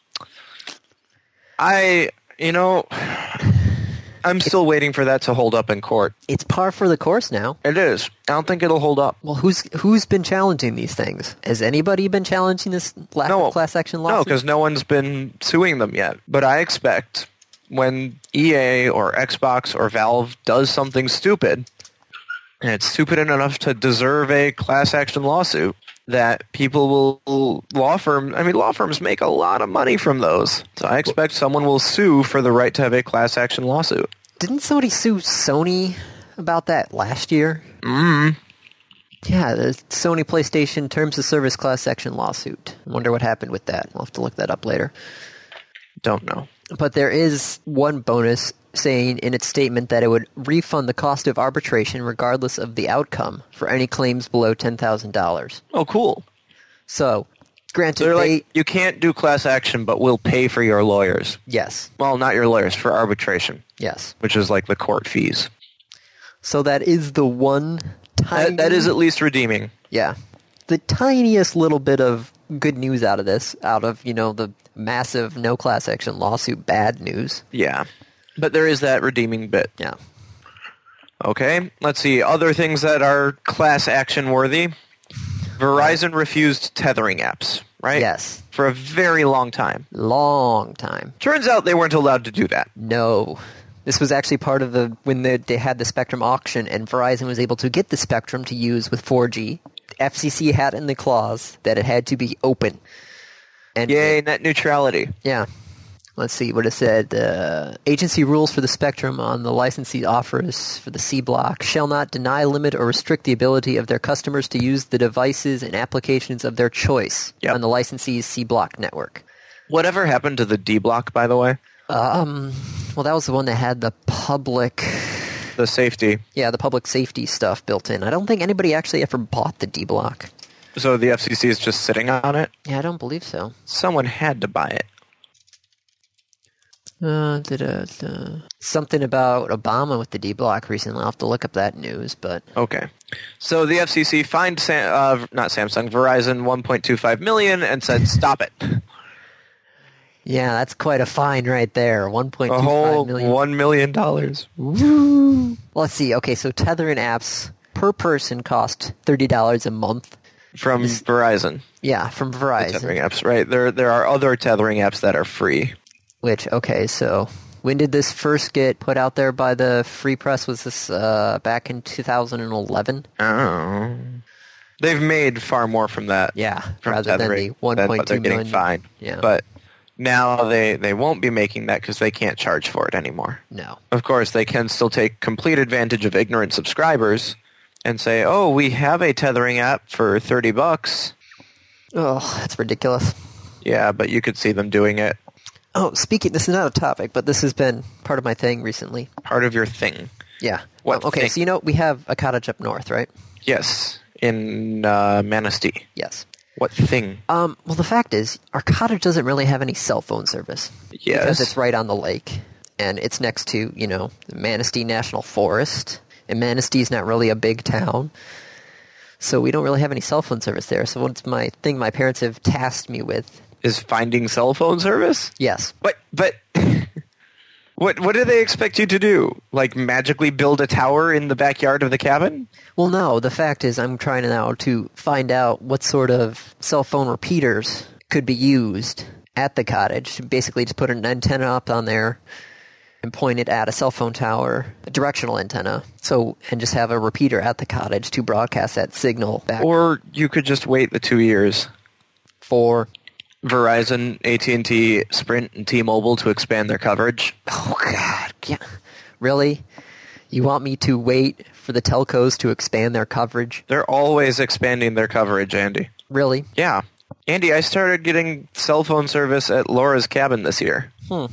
I you know I'm still waiting for that to hold up in court.
It's par for the course now.
It is. I don't think it'll hold up.
Well, who's who's been challenging these things? Has anybody been challenging this lack
No
of class action
No,
lawsuits?
because no one's been suing them yet. But I expect when EA or Xbox or Valve does something stupid, and it's stupid enough to deserve a class action lawsuit, that people will law firm. I mean, law firms make a lot of money from those. So I expect someone will sue for the right to have a class action lawsuit.
didn't somebody sue Sony about that last year? Mm.
Mm-hmm.
Yeah, the Sony PlayStation terms of service class action lawsuit. Wonder what happened with that. We'll have to look that up later.
Don't know.
But there is one bonus saying in its statement that it would refund the cost of arbitration regardless of the outcome for any claims below $10,000.
Oh, cool.
So, granted,
They're
they,
like, you can't do class action, but we'll pay for your lawyers.
yes,
Well, not your lawyers, for arbitration,
yes.
which is like the court fees.
So that is the one tiny,
That, that is at least redeeming.
yeah, the tiniest little bit of good news out of this, out of, you know, the massive no class action lawsuit bad news.
Yeah. But there is that redeeming bit.
Yeah.
Okay. Let's see. Other things that are class action worthy. Verizon refused tethering apps, right?
Yes.
For a very long time.
Long time.
Turns out they weren't allowed to do that.
No. This was actually part of the when the, they had the Spectrum auction, and Verizon was able to get the Spectrum to use with 4G. The FCC had in the clause that it had to be open. And
Yay, net neutrality.
yeah. Let's see what it said. Uh, agency rules for the spectrum on the licensee offers for the C block shall not deny, limit, or restrict the ability of their customers to use the devices and applications of their choice
Yep.
on the licensee's C block network.
Whatever happened to the D block, by the way?
Um, well, that was the one that had the public
The safety.
Yeah, the public safety stuff built in. I don't think anybody actually ever bought the D block.
So the FCC is just sitting on it?
Yeah, I don't believe so.
Someone had to buy it.
Uh, da-da, da. Something about Obama with the D block recently. I'll have to look up that news, but
Okay. So the FCC fined Sam- uh, not Samsung, Verizon 1.25 million and said stop it.
yeah, that's quite a fine right there. One point
A
two
whole
five million.
$1 million. dollars.
Woo. Let's see. Okay, so tethering apps per person cost thirty dollars a month.
from Verizon
Yeah, from
tethering
Verizon.
apps, right? There there are other tethering apps that are free.
Which okay, so when did this first get put out there by the Free Press? Was this uh, back in two thousand and eleven?
Oh. They've made far more from that.
Yeah,
from
rather than
tethering
the one
than
point
what they're
two
getting
million.
fined.
Yeah.
But now they they won't be making that cuz they can't charge for it anymore.
No.
Of course, they can still take complete advantage of ignorant subscribers and say, "Oh, we have a tethering app for 30 bucks."
Oh, that's ridiculous.
Yeah, but you could see them doing it
Oh, speaking. This is not a topic, but this has been part of my thing recently.
part of your thing.
Yeah.
What
Um, okay,
thing?
so you know we have a cottage up north, right?
Yes, in uh, Manistee.
Yes.
What thing?
Um, well, the fact is, our cottage doesn't really have any cell phone service.
Yes.
Because it's right on the lake, and it's next to, you know, the Manistee National Forest, and Manistee's not really a big town. So we don't really have any cell phone service there. So what's my thing my parents have tasked me with?
Is finding cell phone service?
Yes.
But but what what do they expect you to do? Like magically build a tower in the backyard of the cabin?
Well, no, the fact is I'm trying now to find out what sort of cell phone repeaters could be used at the cottage. Basically, just put an antenna up on there and point it at a cell phone tower, a directional antenna. So, and just have a repeater at the cottage to broadcast that signal back
Or you could just wait the 2 years
for.
Verizon, AT&T, Sprint and T-Mobile to expand their coverage.
Oh God! Yeah, really? You want me to wait for the telcos to expand their coverage?
They're always expanding their coverage, Andy.
Really?
Yeah. Andy, I started getting cell phone service at Laura's cabin this year.
Yeah,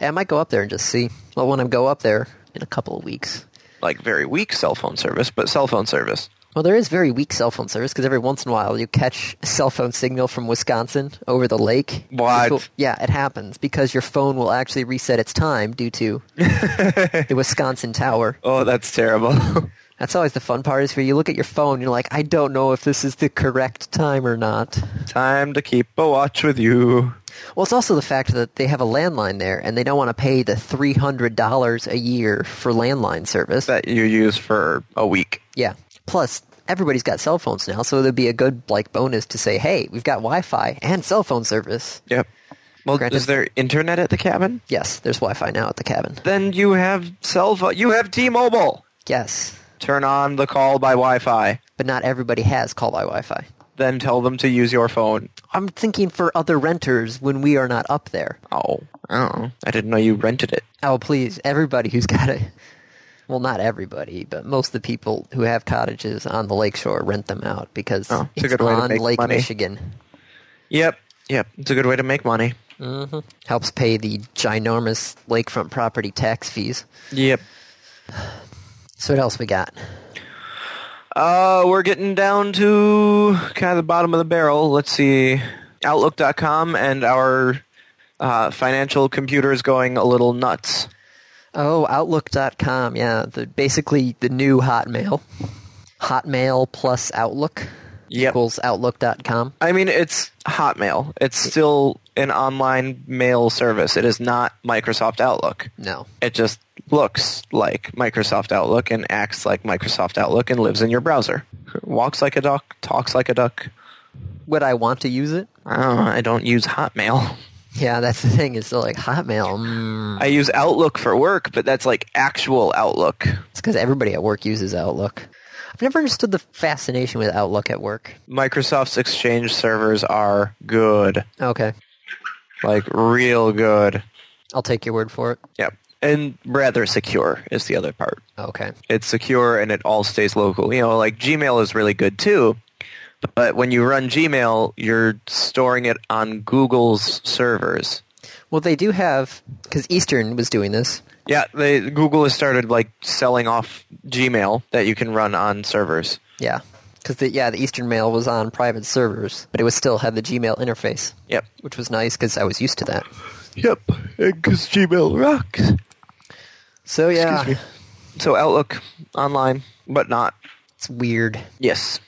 I might go up there and just see. Well, when I go up there in a couple of weeks,
Like very weak cell phone service, but cell phone service.
Well, there is very weak cell phone service because every once in a while you catch a cell phone signal from Wisconsin over the lake.
What?
Which will- yeah, it happens because your phone will actually reset its time due to the Wisconsin tower.
Oh, that's terrible.
That's always the fun part is where you look at your phone, you're like, I don't know if this is the correct time or not.
Time to keep a watch with you.
Well, it's also the fact that they have a landline there and they don't want to pay the $300 a year for landline service.
that you use for a week.
Yeah. Plus, everybody's got cell phones now, so it'd be a good like bonus to say, "Hey, we've got Wi-Fi and cell phone service."
Yep. Well,
Granted-
is there internet at the cabin?
Yes, there's Wi-Fi now at the cabin.
Then you have cell phone. You have T-Mobile.
Yes,
Turn on the call by Wi-Fi.
but not everybody has call by Wi-Fi.
Then tell them to use your phone.
I'm thinking for other renters when we are not up there.
Oh, oh! I didn't know you rented it.
Oh, please, everybody who's got a well, not everybody, but most of the people who have cottages on the lakeshore rent them out because
Oh, it's
it's,
a good way to
on
make
Lake
money.
Michigan.
Yep. Yep. It's a good way to make money.
Helps pay the ginormous lakefront property tax fees.
Yep.
So what else we got?
Uh, we're getting down to kind of the bottom of the barrel. Let's see. Outlook.com and our uh, financial computer is going a little nuts.
Oh, Outlook.com. Yeah, the, basically the new Hotmail. Hotmail plus Outlook
Yep.
equals Outlook.com.
I mean, it's Hotmail. It's still an online mail service. It is not Microsoft Outlook.
No.
It just looks like Microsoft Outlook and acts like Microsoft Outlook and lives in your browser. Walks like a duck, talks like a duck.
Would I want to use it?
Oh, I don't use Hotmail.
Yeah, that's the thing. Is like Hotmail. Mm,
I use Outlook for work, but that's like actual Outlook.
it's because everybody at work uses Outlook. I've never understood the fascination with Outlook at work.
Microsoft's Exchange servers are good.
Okay,
Like, real good.
I'll take your word for it.
Yep. And rather secure is the other part.
Okay.
it's secure and it all stays local. You know, like Gmail is really good too, but when you run Gmail, you're storing it on Google's servers.
Well, they do have because Eastern was doing this.
Yeah, they, Google has started like selling off Gmail that you can run on servers.
Yeah, because the, yeah, the Eastern Mail was on private servers, but it was still had the Gmail interface,
Yep.
which was nice because I was used to that.
Yep, because Gmail rocks.
So yeah,
So Outlook online, but not.
it's weird.
Yes.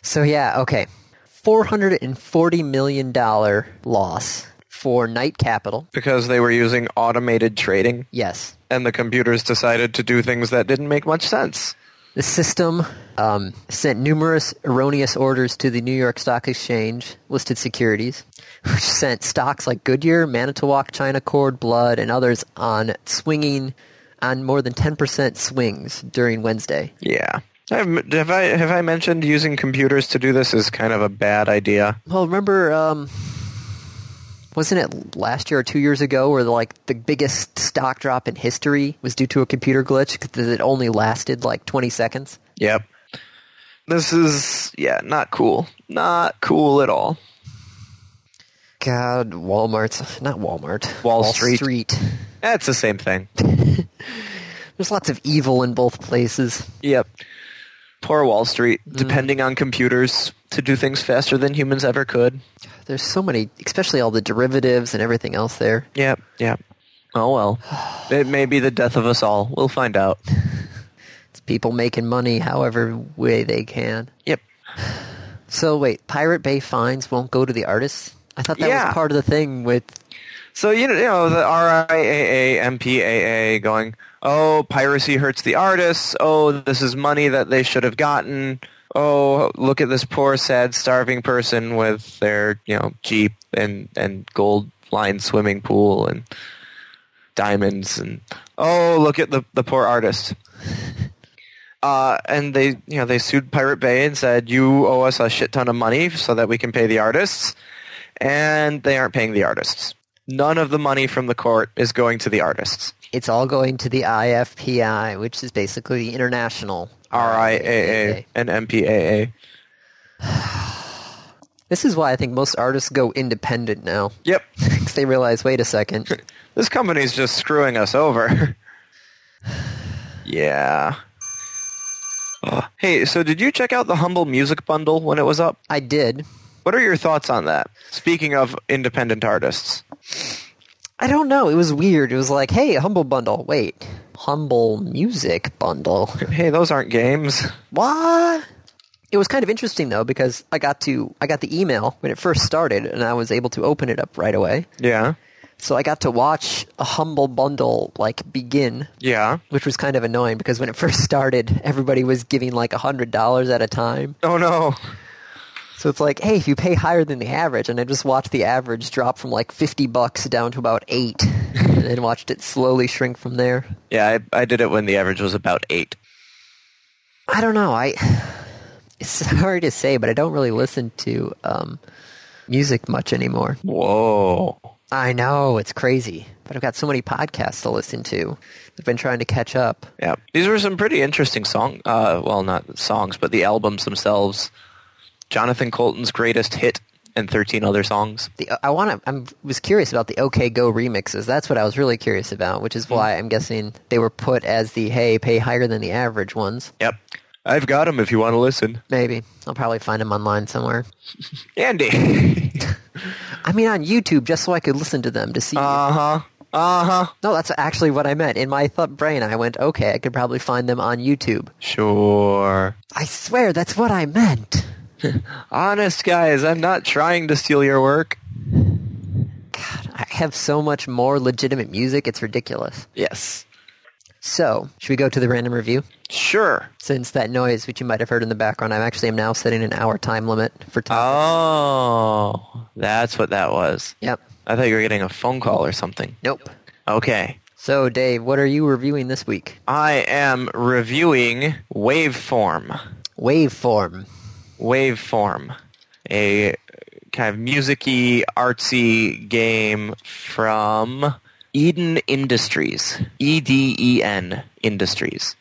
So yeah, okay. Four hundred and forty million dollar loss for Knight Capital.
Because they were using automated trading
Yes,
and the computers decided to do things that didn't make much sense.
The system um, sent numerous erroneous orders to the New York Stock Exchange listed securities, which sent stocks like Goodyear, Manitowoc, China Cord, Blood, and others on swinging on more than 10% swings during Wednesday.
Yeah. I've, have I have I mentioned using computers to do this is kind of a bad idea?
Well, remember, um, wasn't it last year or two years ago where like the biggest stock drop in history was due to a computer glitch because it only lasted like 20 seconds?
Yep. This is yeah, not cool. Not cool at all.
God, Walmart's not Walmart.
Wall Street.
Street.
That's the same thing.
There's lots of evil in both places.
Yep. Mm. Poor Wall Street, depending on computers to do things faster than humans ever could.
There's so many, especially all the derivatives and everything else there.
Yep, yep. Oh well. it may be the death of us all. We'll find out.
It's people making money however way they can.
Yep.
So wait, Pirate Bay fines won't go to the artists? I thought that
Yeah.
was part of the thing with
So you know, you know the RIAA, MPAA going, oh, piracy hurts the artists. Oh, this is money that they should have gotten. Oh, look at this poor, sad, starving person with their you know jeep and and gold lined swimming pool and diamonds and oh, look at the the poor artist. Uh, and they, you know, they sued Pirate Bay and said, "You owe us a shit ton of money so that we can pay the artists," and they aren't paying the artists. None of the money from the court is going to the artists.
it's all going to the IFPI, which is basically the international
RIAA and MPAA.
This is why I think most artists go independent now.
Yep,
'Cause they realize, wait a second,
this company's just screwing us over. yeah. Ugh. Hey, so did you check out the Humble Music Bundle when it was up?
I did.
What are your thoughts on that? Speaking of independent artists.
I don't know. It was weird. It was like, hey, humble bundle. Wait, humble music bundle.
Hey, those aren't games.
What? It was kind of interesting though because I got to I got the email when it first started and I was able to open it up right away.
Yeah.
So I got to watch a humble bundle like begin,
Yeah.
which was kind of annoying because when it first started, everybody was giving like $100 at a time.
Oh no.
So it's like, hey, if you pay higher than the average, and I just watched the average drop from like 50 bucks down to about 8 and then watched it slowly shrink from there.
Yeah, I, I did it when the average was about eight.
I don't know. I sorry to say, but I don't really listen to um, music much anymore.
Whoa.
I know it's crazy, but I've got so many podcasts to listen to. I've been trying to catch up.
Yeah. These were some pretty interesting song uh well not songs, but the albums themselves. Jonathan Colton's greatest hit and thirteen other songs.
The I want to. I was curious about the OK Go remixes. That's what I was really curious about, which is why I'm guessing they were put as the hey, pay higher than the average ones.
Yep. I've got them if you want to listen.
Maybe I'll probably find them online somewhere.
Andy.
I mean, on YouTube, just so I could listen to them to see.
uh-huh. Uh-huh.
no, that's actually what I meant. In my thought brain, I went, okay, I could probably find them on YouTube.
Sure.
I swear that's what I meant.
Honest guys, I'm not trying to steal your work.
God, I have so much more legitimate music, it's ridiculous.
Yes.
So, should we go to the random review?
Sure.
Since that noise, which you might have heard in the background, I actually am now setting an hour time limit for time.
Oh, that's what that was.
yep.
I thought you were getting a phone call or something.
Nope.
Okay.
So, Dave, what are you reviewing this week?
I am reviewing Waveform.
Waveform.
Waveform, a kind of musicy, artsy game from Eden Industries. E D E N Industries.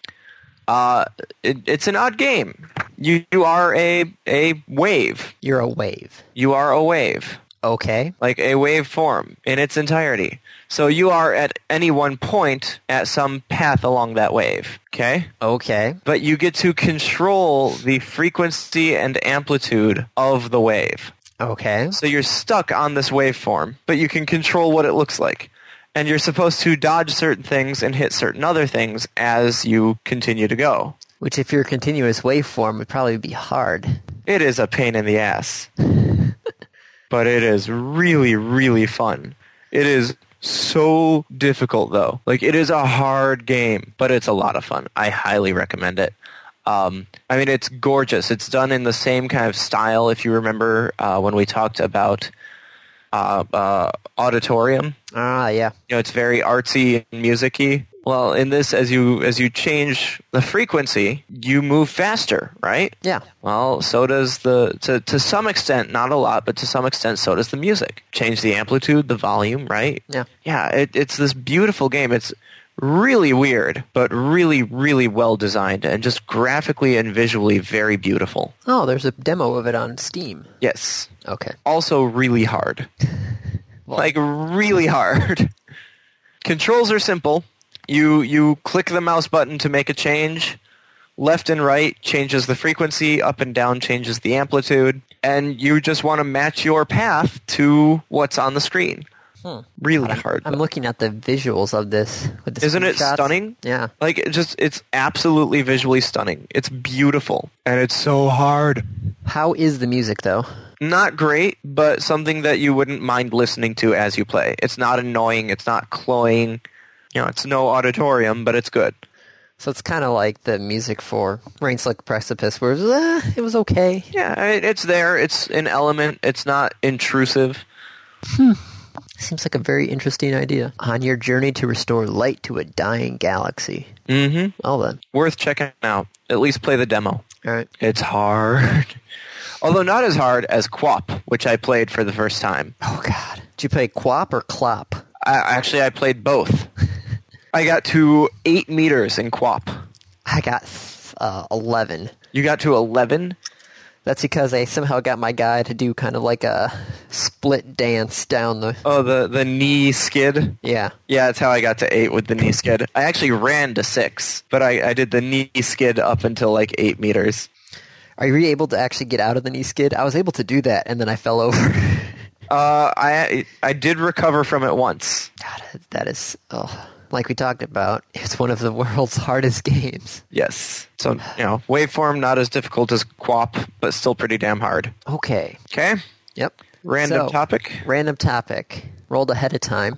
Uh, it, it's an odd game. You, you are a, a wave.
You're a wave.
You are a wave.
Okay.
like a wave form in its entirety. So you are at any one point at some path along that wave, okay?
Okay.
But you get to control the frequency and amplitude of the wave.
Okay.
So you're stuck on this waveform, but you can control what it looks like. And you're supposed to dodge certain things and hit certain other things as you continue to go.
Which, if you're a continuous waveform, would probably be hard.
It is a pain in the ass. but it is really, really fun. It is so difficult, though. Like, it is a hard game, but it's a lot of fun. I highly recommend it. Um, I mean, it's gorgeous. It's done in the same kind of style, if you remember uh, when we talked about uh, uh, Auditorium
Ah, yeah.
you know it's very artsy and musicy well in this as you as you change the frequency you move faster right
Yeah.
well so does the to, to some extent not a lot but to some extent so does the music change the amplitude the volume right
Yeah.
yeah it, it's this beautiful game it's really weird but really really well designed and just graphically and visually very beautiful
Oh, there's a demo of it on Steam.
yes
Okay.
also really hard. like really hard. Controls are simple. You you click the mouse button to make a change. Left and right changes the frequency, up and down changes the amplitude, and you just want to match your path to what's on the screen. Really hard.
Hmm. I'm
though.
looking at the visuals of this. With the
Isn't it
screenshots.
stunning?
Yeah.
Like it just it's absolutely visually stunning. It's beautiful and it's so hard.
How is the music though?
Not great, but something that you wouldn't mind listening to as you play. It's not annoying, it's not cloying. You know, it's no auditorium, but it's good.
So it's kind of like the music for Rain Slick Precipice, where it was, eh, it was okay.
Yeah, I mean, it's there. It's an element. It's not intrusive.
Seems like a very interesting idea. On your journey to restore light to a dying galaxy.
hmm
Well then.
Worth checking out. At least play the demo.
All right.
It's hard. Although not as hard as Quap, which I played for the first time.
Oh God. Did you play Quap or Clop?
I, actually, I played both. I got to 8 meters in Quap.
I got th- uh, eleven.
You got to 11?
That's because I somehow got my guy to do kind of like a split dance down the.
Oh, the, the knee skid.
Yeah.
Yeah, that's how I got to 8 with the knee skid. I actually ran to 6, but I, I did the knee skid up until like 8 meters.
Are you able to actually get out of the knee skid? I was able to do that, and then I fell over.
Uh, I I did recover from it once.
God, that is oh, like we talked about. It's one of the world's hardest games.
Yes. So, you know, waveform not as difficult as Quap, but still pretty damn hard.
Okay.
Okay?
Yep.
Random
So,
topic.
Random topic. Rolled ahead of time.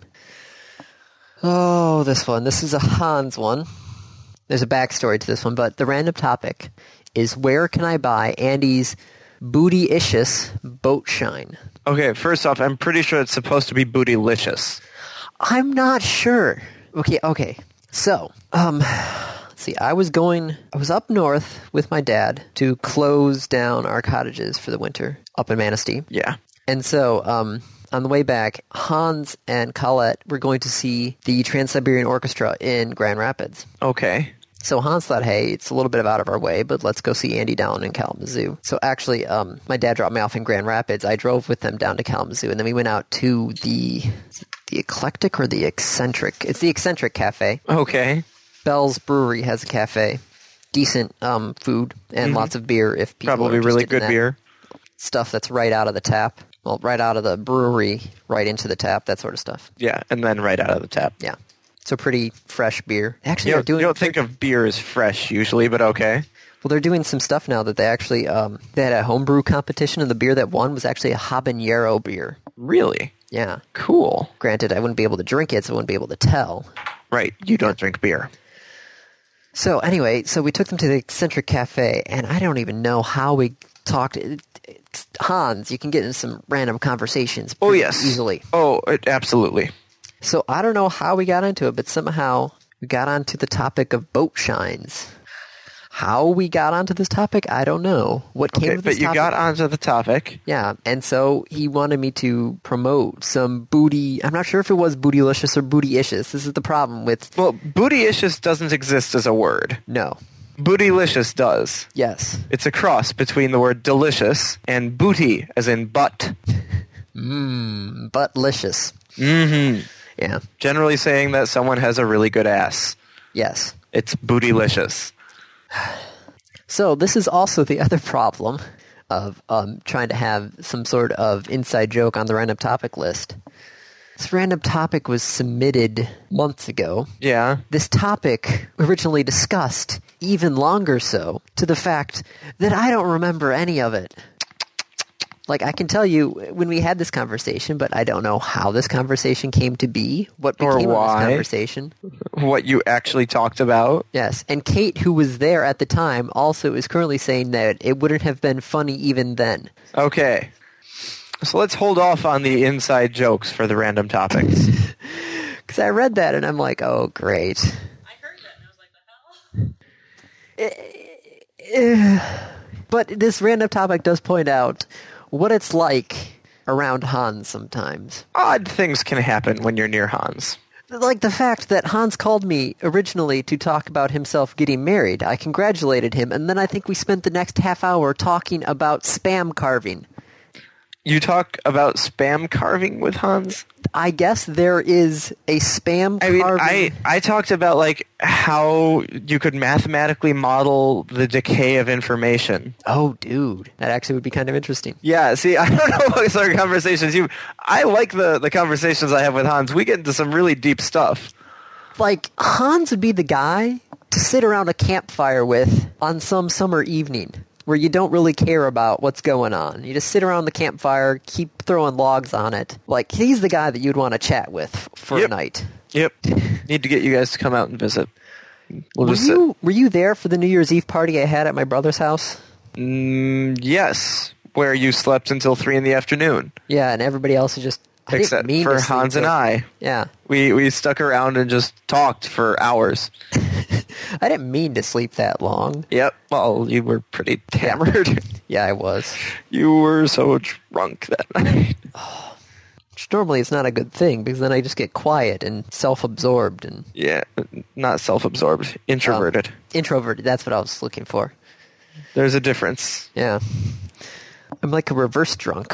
Oh, this one. This is a Hans one. There's a backstory to this one, but the random topic is where can I buy Andy's bootylicious boat shine?
Okay, first off, I'm pretty sure it's supposed to be bootylicious.
I'm not sure. Okay, okay. So, um, let's see. I was going, I was up north with my dad to close down our cottages for the winter up in Manistee.
Yeah.
And so, um, on the way back, Hans and Colette were going to see the Trans Siberian Orchestra in Grand Rapids.
Okay.
So Hans thought, hey, it's a little bit of out of our way, but let's go see Andy down in Kalamazoo. So actually, um, my dad dropped me off in Grand Rapids. I drove with them down to Kalamazoo, and then we went out to the the eclectic or the eccentric. It's the eccentric cafe.
Okay.
Bell's Brewery has a cafe, decent um, food and lots of beer. If people
Mm-hmm. Probably
are interested
really
in
good
that
beer.
stuff that's right out of the tap. Well, right out of the brewery, right into the tap, that sort of stuff.
Yeah, and then right out of the tap.
Yeah. So pretty fresh beer. Actually,
You
they're
don't, you
doing
don't think of beer as fresh usually, but okay.
well. They're doing some stuff now that they actually um, they had a homebrew competition, and the beer that won was actually a habanero beer.
Really?
Yeah.
Cool.
Granted, I wouldn't be able to drink it, so I wouldn't be able to tell.
Right, you don't drink beer.
So anyway, so we took them to the eccentric cafe, and I don't even know how we talked. It's- Hans, you can get in some random conversations.
Oh,
pretty
yes.
easily.
Oh, it, absolutely.
So I don't know how we got into it, but somehow we got onto the topic of boat shines. How we got onto this topic, I don't know. What came
Okay,
to this
but you
topic?
got onto the topic.
yeah, and so he wanted me to promote some booty. I'm not sure if it was bootylicious or bootylicious. This is the problem with
Well, bootylicious doesn't exist as a word.
no.
Bootylicious does.
Yes.
It's a cross between the word delicious and booty, as in butt. Hmm.
But licious. Mm-hmm. Mm, Yeah.
Generally saying that someone has a really good ass.
Yes.
It's bootylicious.
So this is also the other problem of um, trying to have some sort of inside joke on the random topic list. This random topic was submitted months ago.
Yeah.
This topic originally discussed even longer so to the fact that I don't remember any of it. Like I can tell you when we had this conversation, but I don't know how this conversation came to be, what
Or
became of
why.
this conversation.
What you actually talked about.
Yes, and Kate, who was there at the time, also is currently saying that it wouldn't have been funny even then.
Okay. So let's hold off on the inside jokes for the random topics.
Because I read that and I'm like, oh, great.
I heard that and I was like, the hell?
Eh, But this random topic does point out what it's like around Hans sometimes.
Odd things can happen when you're near Hans.
Like the fact that Hans called me originally to talk about himself getting married. I congratulated him, and then I think we spent the next half hour talking about spam carving.
you talk about spam carving with Hans.
I guess there is a spam
I mean,
carving.
I, I talked about like how you could mathematically model the decay of information.
oh, dude, that actually would be kind of interesting.
Yeah, see, I don't know what sort of conversations you. I like the the conversations I have with Hans. We get into some really deep stuff.
Like Hans would be the guy to sit around a campfire with on some summer evening where you don't really care about what's going on. You just sit around the campfire, keep throwing logs on it. Like he's the guy that you'd want to chat with f- for
Yep.
a night.
Yep. Need to get you guys to come out and visit. We'll
Were
just sit-
you were you there for the New Year's Eve party I had at my brother's house?
Mm, yes, where you slept until three in the afternoon,
Yeah, and everybody else is just I didn't
except
mean
for
to sleep
Hans and
there.
I.
Yeah.
We we stuck around and just talked for hours.
I didn't mean to sleep that long.
Yep. Well, you were pretty hammered.
Yeah, I was.
you were so drunk that night.
Which normally is not a good thing because then I just get quiet and self-absorbed and
yeah, not self-absorbed, introverted.
Oh. introverted. That's what I was looking for.
There's a difference.
Yeah. I'm like a reverse drunk.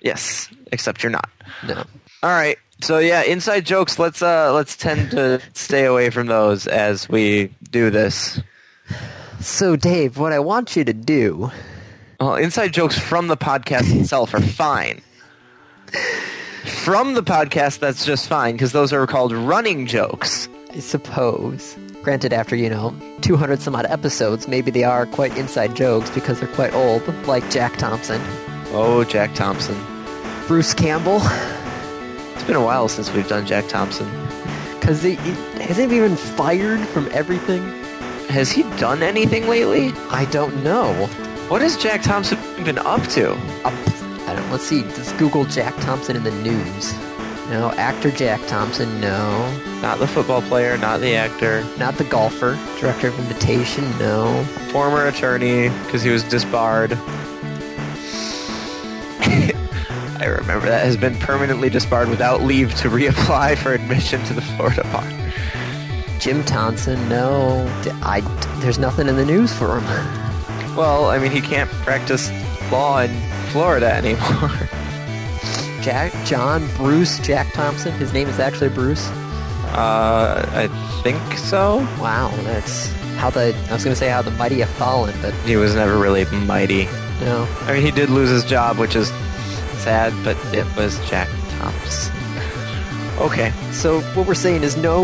Yes, except you're not.
No.
All right. So yeah, inside jokes. Let's uh let's tend to stay away from those as we do this.
So, Dave, what I want you to do
Well, inside jokes from the podcast itself are fine. From the podcast, that's just fine because those are called running jokes.
I suppose. Granted, after, you know, 200 some odd episodes, maybe they are quite inside jokes because they're quite old, like Jack Thompson,
Oh, Jack Thompson.
Bruce Campbell.
It's been a while since we've done Jack Thompson.
Because he, he hasn't he been fired from everything.
Has he done anything lately?
I don't know.
What has Jack Thompson been up to?
Um, I don't. Let's see. Let's Google Jack Thompson in the news. No, actor Jack Thompson. No,
Not the football player, not the actor,
not the golfer. Director of Invitation. No.
former attorney because he was disbarred. I remember that has been permanently disbarred without leave to reapply for admission to the Florida Bar.
Jim Thompson. No. D- I. There's nothing in the news for him.
Well, I mean, he can't practice law in Florida anymore.
Jack John Bruce Jack Thompson. His name is actually Bruce.
Uh, I think so.
Wow. That's how the. I was gonna say how the mighty have fallen, but
He was never really mighty.
no.
I mean, he did lose his job, which is sad, but it was Jack Thompson. Okay.
So what we're saying is no.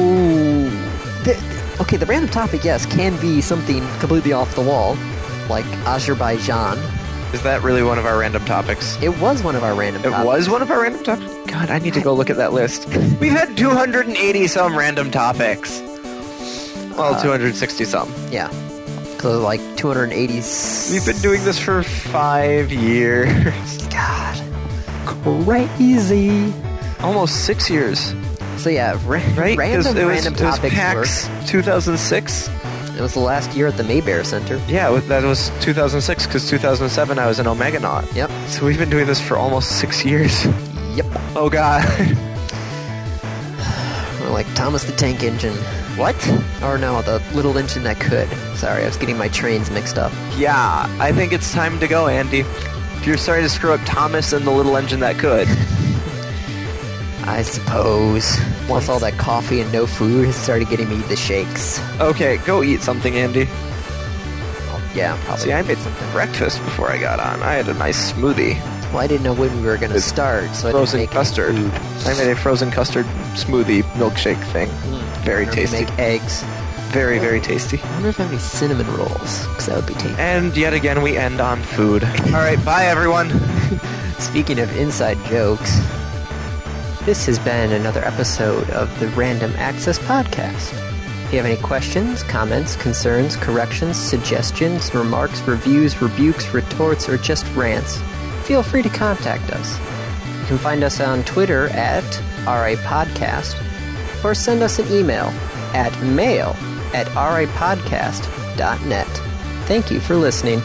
Th- okay, the random topic, yes, can be something completely off the wall, like Azerbaijan.
Is that really one of our random topics?
It was one of our random.
It
topics.
was one of our random topics? God, I need to go look at that list. We've had 280 some random topics. Well,
Uh,
260 some.
Yeah. So like 280. s-
We've been doing this for five years.
God, crazy.
Almost six years.
So yeah, ra-
Right? 'Cause
random
it was,
random
it was
topics
PAX 2006.
were. It was the last year at the Maybear Center.
Yeah, wa- that was 2006 because 2007 I was an Omega Naut.
Yep.
So we've been doing this for almost six years.
Yep.
Oh God.
We're like Thomas the Tank Engine.
what?
Or no, the little engine that could. Sorry, I was getting my trains mixed up.
Yeah, I think it's time to go, Andy. If you're sorry to screw up Thomas and the little engine that could.
I suppose. Once all that coffee and no food has started getting me the shakes.
Okay, go eat something, Andy.
Oh, yeah, probably.
See, I made some breakfast before I got on. I had a nice smoothie,
well, I didn't know when we were going to start, so I didn't
frozen
make
custard.
Any food.
I made a frozen custard smoothie milkshake thing.
Mm.
Very
I didn't
tasty.
Make eggs.
Very, very tasty.
I wonder if I have any cinnamon rolls, because that would be tasty.
And yet again, we end on food. All right, bye everyone.
Speaking of inside jokes, this has been another episode of the Random Access Podcast. If you have any questions, comments, concerns, corrections, suggestions, remarks, reviews, rebukes, retorts, or just rants, feel free to contact us. You can find us on Twitter at RAPodcast or send us an email at mail at rapodcast.net. Thank you for listening.